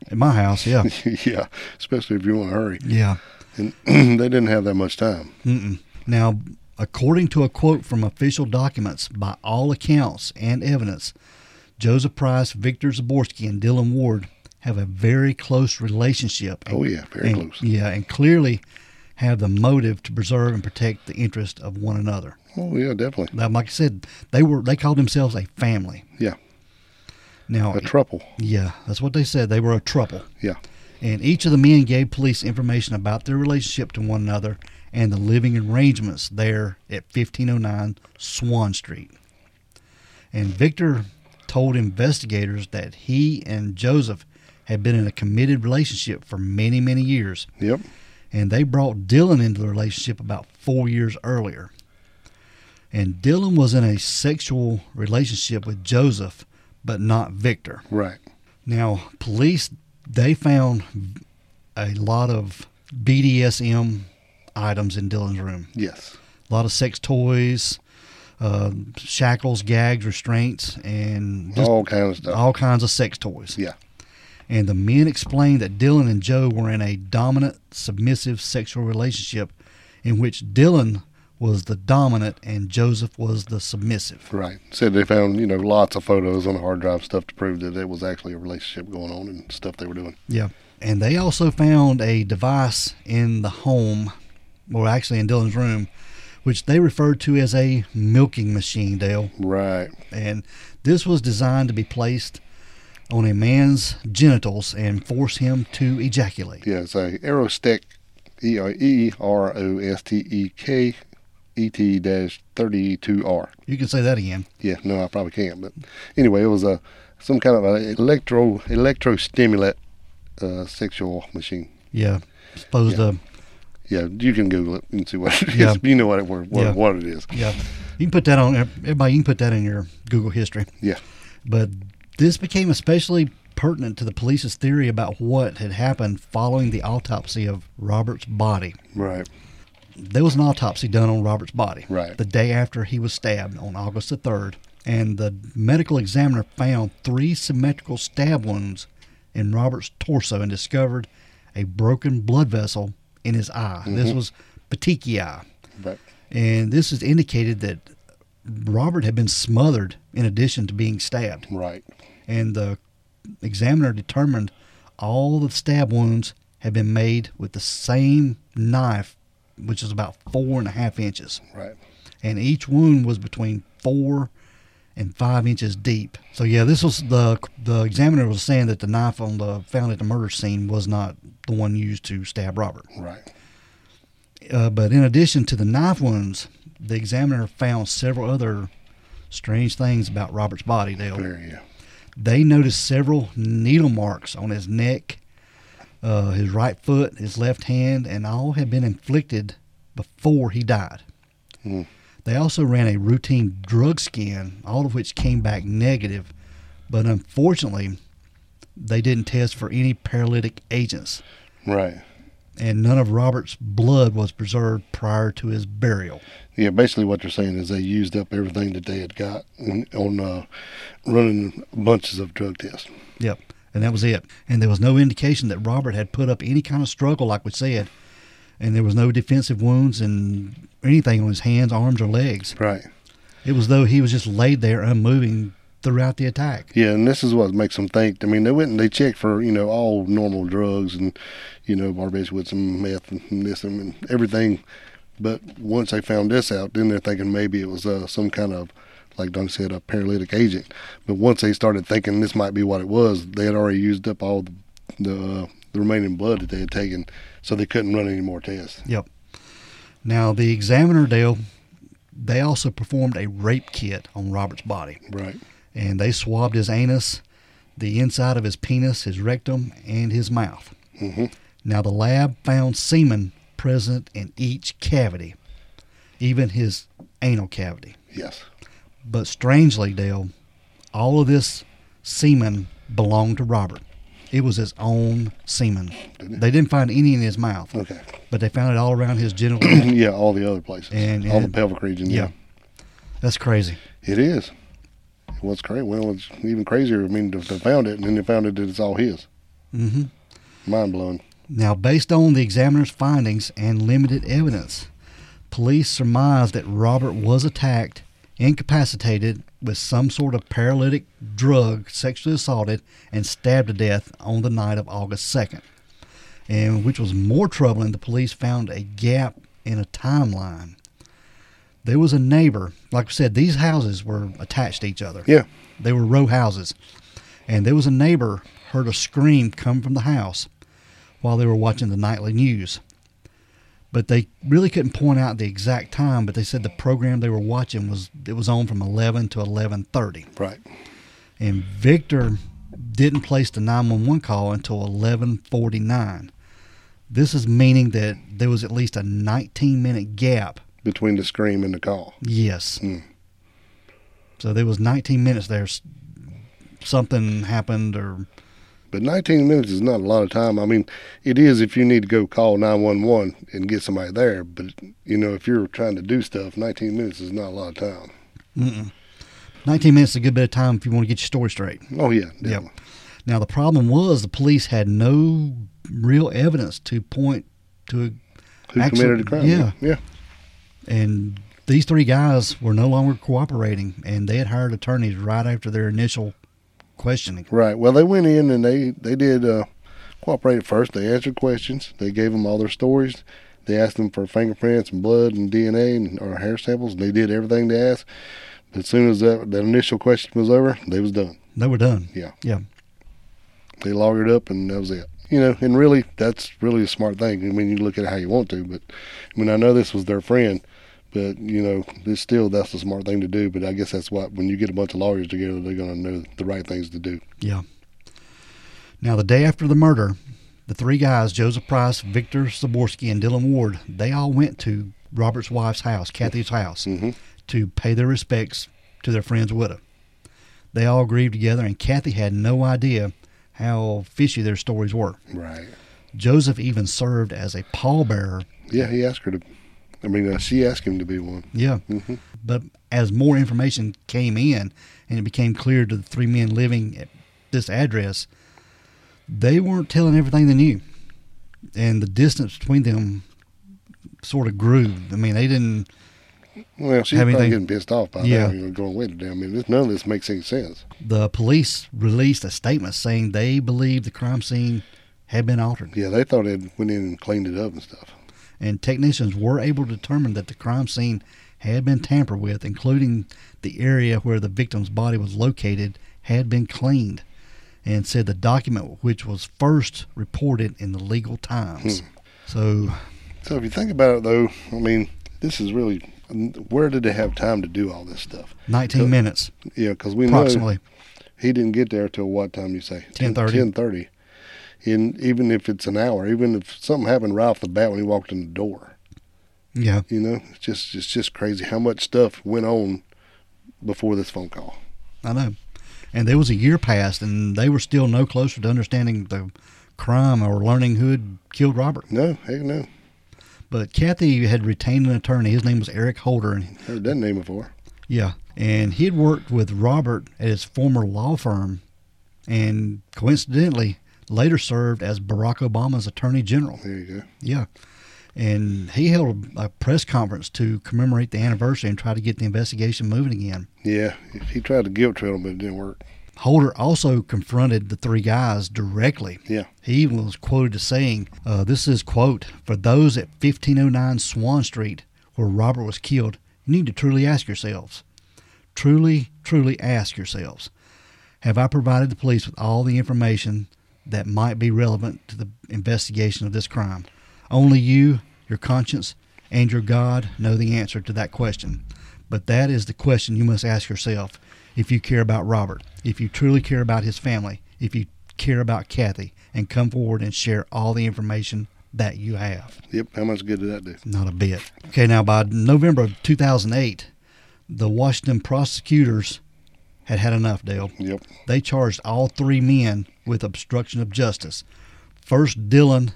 at my house. Yeah, yeah, especially if you want to hurry. yeah. And they didn't have that much time. Mm-mm. Now, according to a quote from official documents, by all accounts and evidence, Joseph Price, Victor Zaborski, and Dylan Ward have a very close relationship. Oh yeah, very and, close. Yeah, and clearly have the motive to preserve and protect the interest of one another. Oh yeah, definitely. Now, like I said, they were they called themselves a family. Yeah, Now, a trouble. yeah, that's what they said. They were a trouble. Yeah, And each of the men gave police information about their relationship to one another and the living arrangements there at 1509 Swan Street. And Victor told investigators that he and Joseph had been in a committed relationship for many, many years, yep. and they brought Dylan into the relationship about four years earlier. And Dylan was in a sexual relationship with Joseph, but not Victor. Right. Now, police they found a lot of BDSM items in Dylan's room. Yes. A lot of sex toys, uh, shackles, gags, restraints, and just All kinds of stuff. all kinds of sex toys. Yeah. And the men explained that Dylan and Joe were in a dominant, submissive sexual relationship in which Dylan was the dominant and Joseph was the submissive. Right. Said they found you know lots of photos on the hard drive stuff to prove that there was actually a relationship going on and stuff they were doing. Yeah. And they also found a device in the home, or actually in Dylan's room, which they referred to as a milking machine, Dale. Right. And this was designed to be placed on a man's genitals and force him to ejaculate. Yeah. It's a Aerostech, E I E R O S T E K E T dash thirty two R. You can say that again. Yeah, no, I probably can't. But anyway, it was a some kind of an electro electro stimulant uh, sexual machine. Yeah. Supposed to, Yeah, you can Google it and see what it is. Yeah. You know what it what, what, Yeah. what it is. yeah. You can put that on, everybody, you can put that in your Google history. Yeah, But this became especially pertinent to the police's theory about what had happened following the autopsy of Robert's body. right, There was an autopsy done on Robert's body Right. the day after he was stabbed on August the 3rd, and the medical examiner found three symmetrical stab wounds in Robert's torso and discovered a broken blood vessel in his eye. This was petechiae, right, and this is indicated that Robert had been smothered in addition to being stabbed right. and the examiner determined all the stab wounds had been made with the same knife, which is about four and a half inches, Right. and each wound was between four and five inches deep. So yeah, this was the the examiner was saying that the knife on the found at the murder scene was not the one used to stab Robert. Right. Uh, but in addition to the knife wounds, the examiner found several other strange things about Robert's body. Dale There you go. they noticed several needle marks on his neck, uh, his right foot, his left hand, and all had been inflicted before he died. Hmm. They also ran a routine drug scan, all of which came back negative, but unfortunately, they didn't test for any paralytic agents. Right. and none of Robert's blood was preserved prior to his burial. Yeah, basically what they're saying is they used up everything that they had got in, on uh, running bunches of drug tests. Yep. And that was it. And there was no indication that Robert had put up any kind of struggle, like we said. And there was no defensive wounds and anything on his hands, arms, or legs. Right. It was though he was just laid there unmoving throughout the attack. Yeah, and this is what makes them think. I mean, they went and they checked for you know all normal drugs and you know barbiturates and meth and this and everything, but once they found this out, then they're thinking maybe it was uh, some kind of like Doug said, a paralytic agent. But once they started thinking this might be what it was, they had already used up all the the, uh, the remaining blood that they had taken, so they couldn't run any more tests. Yep. Now the examiner Dale, they also performed a rape kit on Robert's body, Right. and they swabbed his anus, the inside of his penis, his rectum, and his mouth. Mhm. Now the lab found semen present in each cavity, even his anal cavity. Yes. But strangely, Dale, all of this semen belonged to Robert. It was his own semen. They didn't find any in his mouth, Okay. but they found it all around his genital. yeah, all the other places, And- all and- the pelvic region. yeah. That's crazy. It is. It was crazy. Well, it's even crazier. I mean, they found it, and then they found it that it's all his. hmm Mind blowing. Now, based on the examiner's findings and limited evidence, police surmised that Robert was attacked, incapacitated with some sort of paralytic drug, sexually assaulted, and stabbed to death on the night of August 2nd. And which was more troubling, the police found a gap in a timeline. There was a neighbor, like I said, these houses were attached to each other. Yeah. They were row houses. And there was a neighbor heard a scream come from the house while they were watching the nightly news. But they really couldn't point out the exact time, but they said the program they were watching was it was on from 11 to 11:30. Right. And Victor didn't place the 911 call until 11:49. This is meaning that there was at least a 19-minute gap. Between the scream and the call. Yes. Hmm. So there was 19 minutes there s- something happened or But 19 minutes is not a lot of time. I mean, it is if you need to go call 911 and get somebody there. But, you know, if you're trying to do stuff, 19 minutes is not a lot of time. Mm-mm. 19 minutes is a good bit of time if you want to get your story straight. Oh, yeah. Yep. definitely. Now, the problem was the police had no real evidence to point to, Who Actually, committed the crime? yeah. Yeah. and these three guys were no longer cooperating, and they had hired attorneys right after their initial questioning. Right. Well, they went in and they, they did uh, cooperate at first. They answered questions. They gave them all their stories. They asked them for fingerprints and blood and DNA and or hair samples. They did everything they asked. But as soon as that, that initial question was over, they was done. They were done. Yeah. Yeah. they loggered up and that was it. You know, and really, that's really a smart thing. I mean, you look at it how you want to, but I mean, I know this was their friend, but you know, it's still that's the smart thing to do. But I guess that's what when you get a bunch of lawyers together, they're going to know the right things to do. Yeah. Now, the day after the murder, the three guys, Joseph Price, Victor Saborski, and Dylan Ward, they all went to Robert's wife's house, Kathy's house, Mhm. to pay their respects to their friend's widow. They all grieved together, and Kathy had no idea how fishy their stories were. Right? Joseph even served as a pallbearer. Yeah, he asked her to. I mean, uh, she asked him to be one. Yeah. Mhm. But as more information came in and it became clear to the three men living at this address, they weren't telling everything they knew. And the distance between them sort of grew. I mean, they didn't. Well, she's Have probably anything- getting pissed off by Yeah. now. You know, going wait a damn minute. This, none of this makes any sense. The police released a statement saying they believed the crime scene had been altered. Yeah, they thought they went in and cleaned it up and stuff. and technicians were able to determine that the crime scene had been tampered with, including the area where the victim's body was located had been cleaned, and said the document which was first reported in the legal times. So, So if you think about it, though, I mean, this is really where did they have time to do all this stuff? 19 So- minutes Yeah, because we know approximately. he didn't get there till what time you say? 10:30. 10.30. And even if it's an hour, even if something happened right off the bat when he walked in the door, Yeah, you know, it's just it's just crazy how much stuff went on before this phone call. I know. And there was a year passed, and they were still no closer to understanding the crime or learning who had killed Robert. No, heck no. But Kathy had retained an attorney. His name was Eric Holder, and Heard that name before. yeah, and he had worked with Robert at his former law firm, and coincidentally later served as Barack Obama's attorney general. There you go. Yeah. And he held a press conference to commemorate the anniversary and try to get the investigation moving again. Yeah, he tried to guilt trail him, but it didn't work. Holder also confronted the three guys directly. Yeah. He even was quoted as saying, uh, This is, quote, for those at 1509 Swan Street where Robert was killed, you need to truly ask yourselves. Truly, truly ask yourselves. Have I provided the police with all the information that might be relevant to the investigation of this crime? Only you, your conscience, and your God know the answer to that question. But that is the question you must ask yourself if you care about Robert, if you truly care about his family, if you care about Kathy, and come forward and share all the information that you have. Yep. How much good did that do? Not a bit. Okay, now by November of 2008, the Washington prosecutors had had enough, Dale Yep. they charged all three men with obstruction of justice. First Dylan,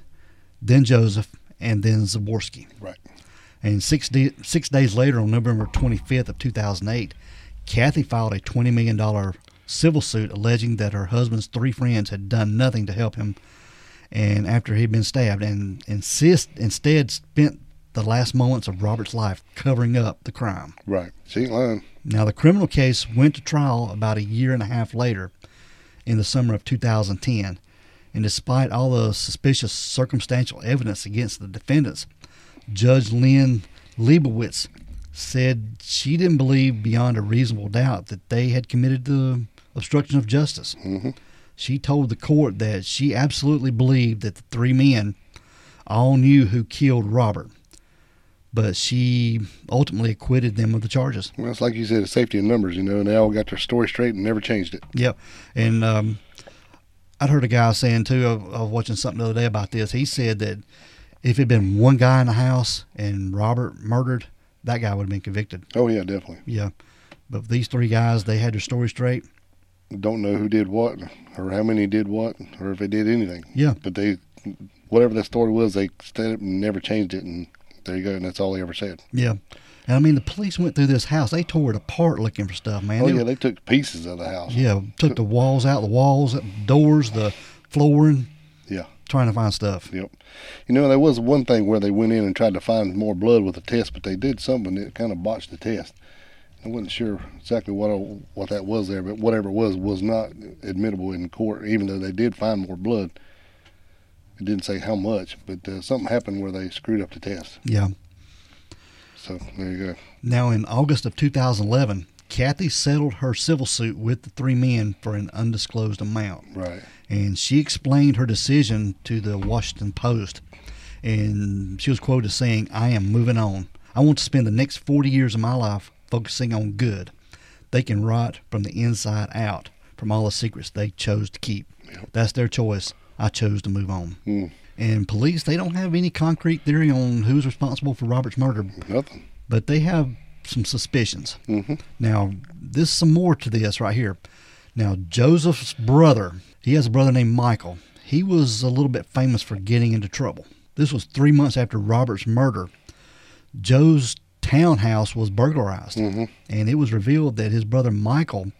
then Joseph, and then Zaborski. Right. And six, di- six days later, on November 25th of 2008, Kathy filed a $20 million civil suit alleging that her husband's three friends had done nothing to help him and after he'd been stabbed and insist, instead spent the last moments of Robert's life covering up the crime. Right. She ain't lying. Now, the criminal case went to trial about a year and a half later in the summer of 2010. And despite all the suspicious circumstantial evidence against the defendants, Judge Lynn Leibowitz said she didn't believe beyond a reasonable doubt that they had committed the obstruction of justice. She told the court that she absolutely believed that the three men all knew who killed Robert, but she ultimately acquitted them of the charges. Well, it's like you said, it's safety in numbers, you know, and they all got their story straight and never changed it. Yep. And um, I'd heard a guy saying too, I, I was watching something the other day about this. He said that if it had been one guy in the house and Robert murdered, that guy would have been convicted. Oh yeah, definitely. Yeah. But these three guys, they had their story straight. Don't know who did what or how many did what or if they did anything. Yeah. But they, whatever that story was, they stayed up and never changed it, and there you go, and that's all they ever said. Yeah. And I mean, the police went through this house. They tore it apart looking for stuff, man. Oh They- yeah, they took pieces of the house. yeah. Took the walls out, the walls, the doors, the flooring, Yeah. trying to find stuff. Yep. You know, there was one thing where they went in and tried to find more blood with a test, but they did something that kind of botched the test. I wasn't sure exactly what what that was there, but whatever it was was not admittable in court, even though they did find more blood. It didn't say how much, but uh, something happened where they screwed up the test. Yeah. So there you go. Now, in August of 2011, Kathy settled her civil suit with the three men for an undisclosed amount. Right. And she explained her decision to the Washington Post. And she was quoted as saying, I am moving on. I want to spend the next 40 years of my life focusing on good. They can rot from the inside out from all the secrets they chose to keep. That's their choice. I chose to move on. And police, they don't have any concrete theory on who's responsible for Robert's murder, Nothing. but they have some suspicions. Mm-hmm. Now, there's some more to this right here. Now, Joseph's brother, he has a brother named Michael. He was a little bit famous for getting into trouble. This was three months after Robert's murder. Joe's townhouse was burglarized, and it was revealed that his brother Michael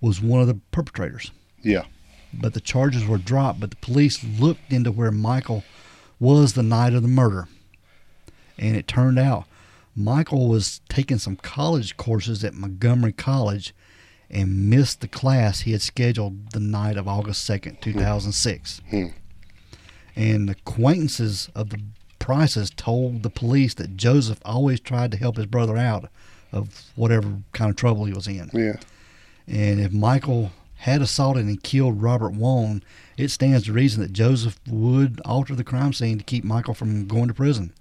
was one of the perpetrators Yeah. but the charges were dropped. But the police looked into where Michael was the night of the murder, and it turned out Michael was taking some college courses at Montgomery College and missed the class he had scheduled the night of August 2nd, 2006. And acquaintances of the Prices told the police that Joseph always tried to help his brother out of whatever kind of trouble he was in. Yeah. And if Michael had assaulted and killed Robert Wong, it stands to reason that Joseph would alter the crime scene to keep Michael from going to prison.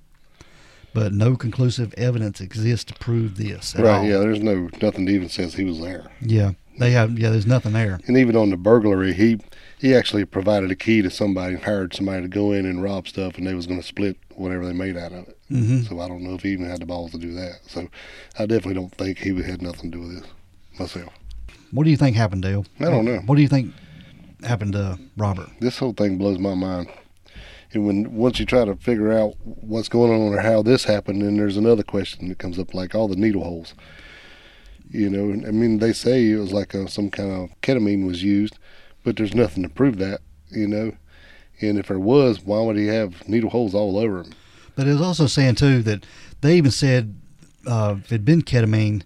But no conclusive evidence exists to prove this. at all. Right. Yeah. There's no nothing that even says he was there. Yeah. They have. Yeah. There's nothing there. And even on the burglary, he he actually provided a key to somebody and hired somebody to go in and rob stuff, and they was going to split whatever they made out of it. Mhm. So I don't know if he even had the balls to do that. So I definitely don't think he had nothing to do with this myself. What do you think happened, Dale? I don't know. What do you think happened to Robert. This whole thing blows my mind. And when once you try to figure out what's going on or how this happened, then there's another question that comes up, like all the needle holes. You know, and I mean, they say it was like a, some kind of ketamine was used, but there's nothing to prove that. You know, and if there was, why would he have needle holes all over him? But it was also saying too that they even said uh, if it had been ketamine,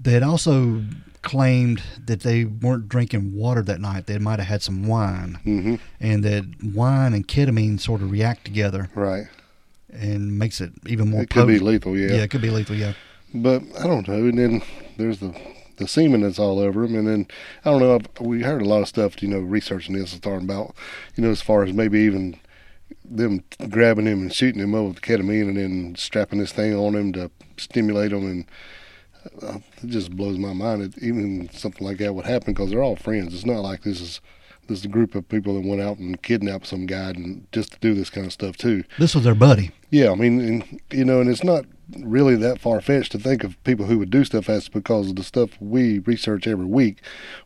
they had also claimed that they weren't drinking water that night. They might have had some wine, hmm and that wine and ketamine sort of react together Right. and makes it even more. It could be potent. lethal. Yeah. Yeah, it could be lethal. Yeah. but I don't know. And then there's the the semen that's all over him, and then I don't know. I've, we heard a lot of stuff, you know, researching this and talking about, you know, as far as maybe even them grabbing him and shooting him up with ketamine, and then strapping this thing on him to stimulate him, and uh, it just blows my mind that even something like that would happen because they're all friends. It's not like this is. This is a group of people that went out and kidnapped some guy and just to do this kind of stuff too. This was their buddy. Yeah, I mean, and, you know, and it's not really that far fetched to think of people who would do stuff as because of the stuff we research every week.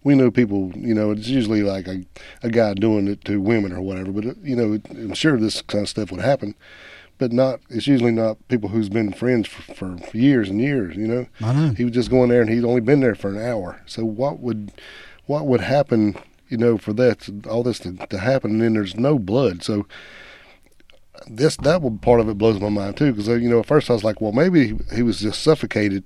We know people, you know, it's usually like a, a guy doing it to women or whatever, but, uh, you know, I'm sure this kind of stuff would happen, but not, it's usually not people who's been friends for, for years and years, you know. I know. He was just going there and he'd only been there for an hour. So what would, what would happen, you know, for that, all this to, to happen, and then there's no blood. So, this that one part of it blows my mind too because you know at first I was like, well maybe he was just suffocated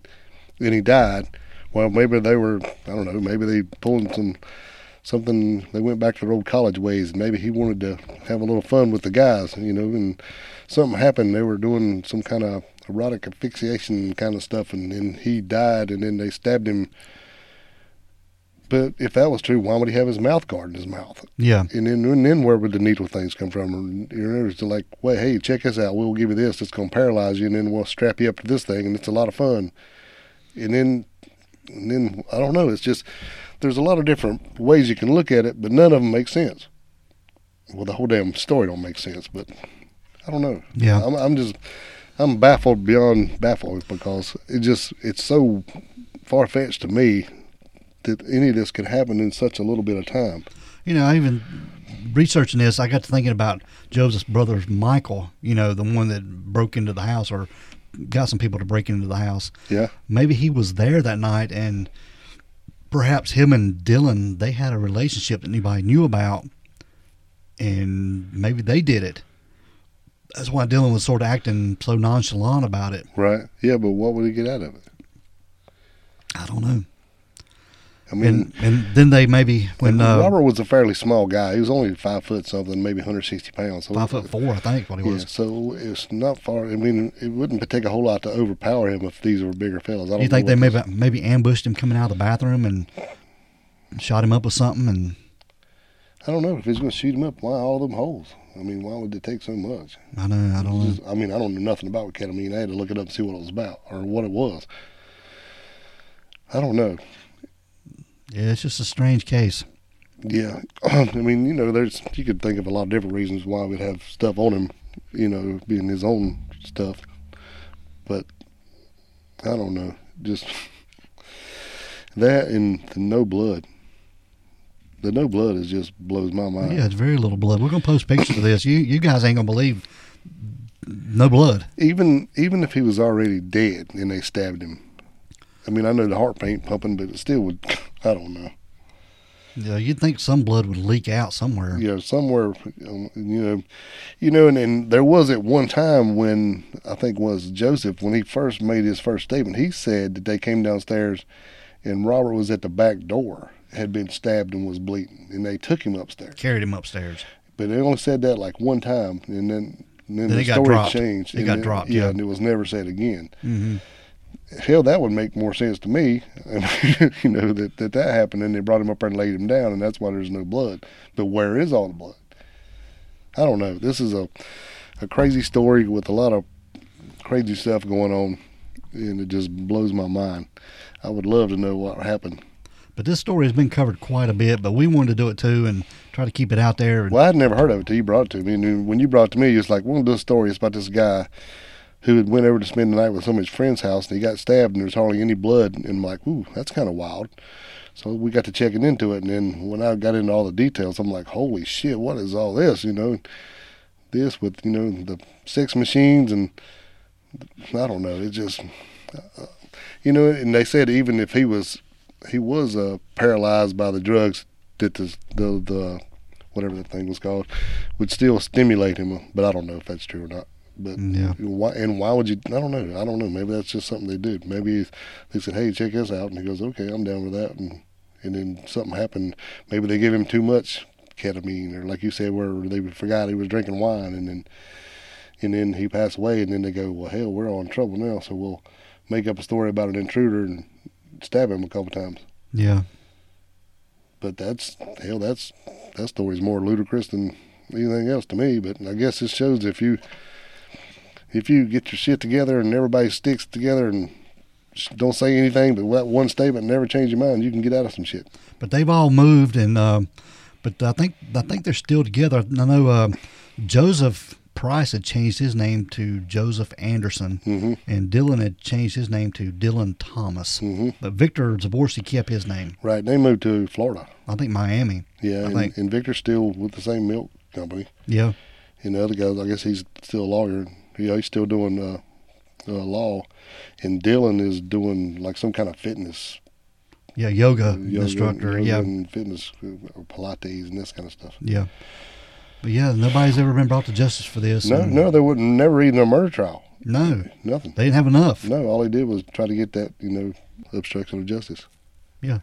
and he died. Well maybe they were I don't know maybe they pulling some something they went back to their old college ways. Maybe he wanted to have a little fun with the guys, you know, and something happened. They were doing some kind of erotic asphyxiation kind of stuff, and then he died, and then they stabbed him. But if that was true, why would he have his mouth guard in his mouth? Yeah. And then, and then where would the needle things come from? And Your neighbors are like, well, hey, check us out. We'll give you this. It's going to paralyze you, and then we'll strap you up to this thing, and it's a lot of fun. And then, and then I don't know. It's just there's a lot of different ways you can look at it, but none of them make sense. Well, the whole damn story don't make sense, but I don't know. Yeah. I'm, I'm just I'm baffled beyond baffled because it just it's so far fetched to me that any of this could happen in such a little bit of time. You know, I even researching this, I got to thinking about Joseph's brother Michael. You know, the one that broke into the house or got some people to break into the house. Yeah. Maybe he was there that night, and perhaps him and Dylan they had a relationship that nobody knew about, and maybe they did it. That's why Dylan was sort of acting so nonchalant about it. Right. Yeah, but what would he get out of it? I don't know. I mean, And and then they maybe when uh, Robert was a fairly small guy. He was only five foot something, maybe 160 pounds. So five foot four, I think, what he Yeah, was. so it's not far. I mean, it wouldn't take a whole lot to overpower him if these were bigger fellas. I don't You think know they what- maybe maybe ambushed him coming out of the bathroom and shot him up with something? And I don't know if he's going to shoot him up. Why all them holes? I mean, why would it take so much? I don't know, I don't know. Just- I mean, I don't know nothing about ketamine. I had to look it up and see what it was about or what it was. I don't know. Yeah, it's just a strange case. Yeah, I mean, you know, there's you could think of a lot of different reasons why we'd have stuff on him, you know, being his own stuff. But I don't know, just that and the no blood. The no blood is just blows my mind. Yeah, it's very little blood. We're gonna post pictures of this. You you guys ain't gonna believe no blood. Even even if he was already dead and they stabbed him, I mean, I know the heart ain't pumping, but it still would. I don't know. You know, you'd think some blood would leak out somewhere. you know somewhere um, you know you know and, and there was at one time when i think was joseph when he first made his first statement he said that they came downstairs and robert was at the back door had been stabbed and was bleeding and they took him upstairs Carried him upstairs. but they only said that like one time and then and then, Then the it got story dropped. changed It and got then- dropped, yeah, yeah. and it was never said again Mm-hmm. hell that would make more sense to me you know that, that that happened and they brought him up there and laid him down and that's why there's no blood but where is all the blood i don't know this is a a crazy story with a lot of crazy stuff going on and it just blows my mind i would love to know what happened But this story has been covered quite a bit. But we wanted to do it too and try to keep it out there. And well i'd never heard of it till you brought it to me and then when you brought it to me it's like one of those stories about this guy who had went over to spend the night with some of his friend's house, and he got stabbed, and there's hardly any blood. And I'm like, ooh, that's kind of wild. So we got to checking into it, and then when I got into all the details, I'm like, holy shit, what is all this? You know, this with you know the sex machines, and I don't know. It just, uh, you know, and they said even if he was, he was uh, paralyzed by the drugs that the the, the whatever that thing was called, would still stimulate him. But I don't know if that's true or not. But Yeah. why and why would you? I don't know. I don't know. Maybe that's just something they did. Maybe they said, "Hey, check us out," and he goes, "Okay, I'm down with that." And and then something happened. Maybe they gave him too much ketamine, or like you said, where they forgot he was drinking wine, and then and then he passed away. And then they go, "Well, hell, we're all in trouble now, so we'll make up a story about an intruder and stab him a couple times." Yeah. but that's hell that's that story's more ludicrous than anything else to me but i guess this shows if you if you get your shit together and everybody sticks together and sh- don't say anything but that one statement and never change your mind you can get out of some shit but they've all moved and um, but I think I think they're still together. I know uh, Joseph Price had changed his name to Joseph Anderson, Mhm. and Dylan had changed his name to Dylan Thomas. Mhm. But Victor Zaborski kept his name. right they moved to florida I think Miami. I yeah and, think- and victor's still with the same milk company Yeah, and the other guy i guess he's still a lawyer yeah he's still doing uh, uh law and dylan is doing like some kind of fitness yeah, yoga, yoga- Uh, instructor. yoga yeah, and fitness uh, pilates and this kind of stuff yeah. But yeah, nobody's ever been brought to justice for this. No, and- no, they wouldn't never even a murder trial. no, Nothing. they didn't have enough. No, all they did was try to get that, you know, obstruction of justice. Yeah.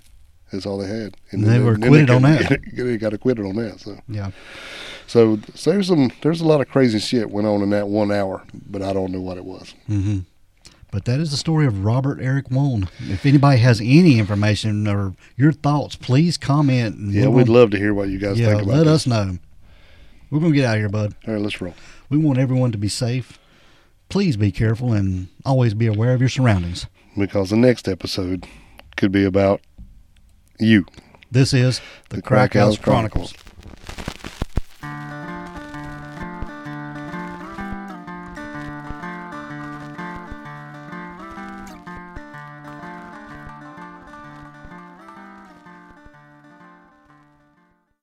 That's all they had. And they were acquitted got- on that. They got acquitted on that. So, Yeah, so, so there's some, there's a lot of crazy shit went on in that one hour, but I don't know what it was. hmm But that is the story of Robert Eric Wone. If anybody has any information or your thoughts, please comment. and Yeah, we we'd will- love to hear what you guys yeah, think about let us this. know. We're gonna get out of here, bud. All right, let's roll. We want everyone to be safe. Please be careful and always be aware of your surroundings. Because the next episode could be about you. This is the, The Crack Crack House House Chronicles. Chronicles.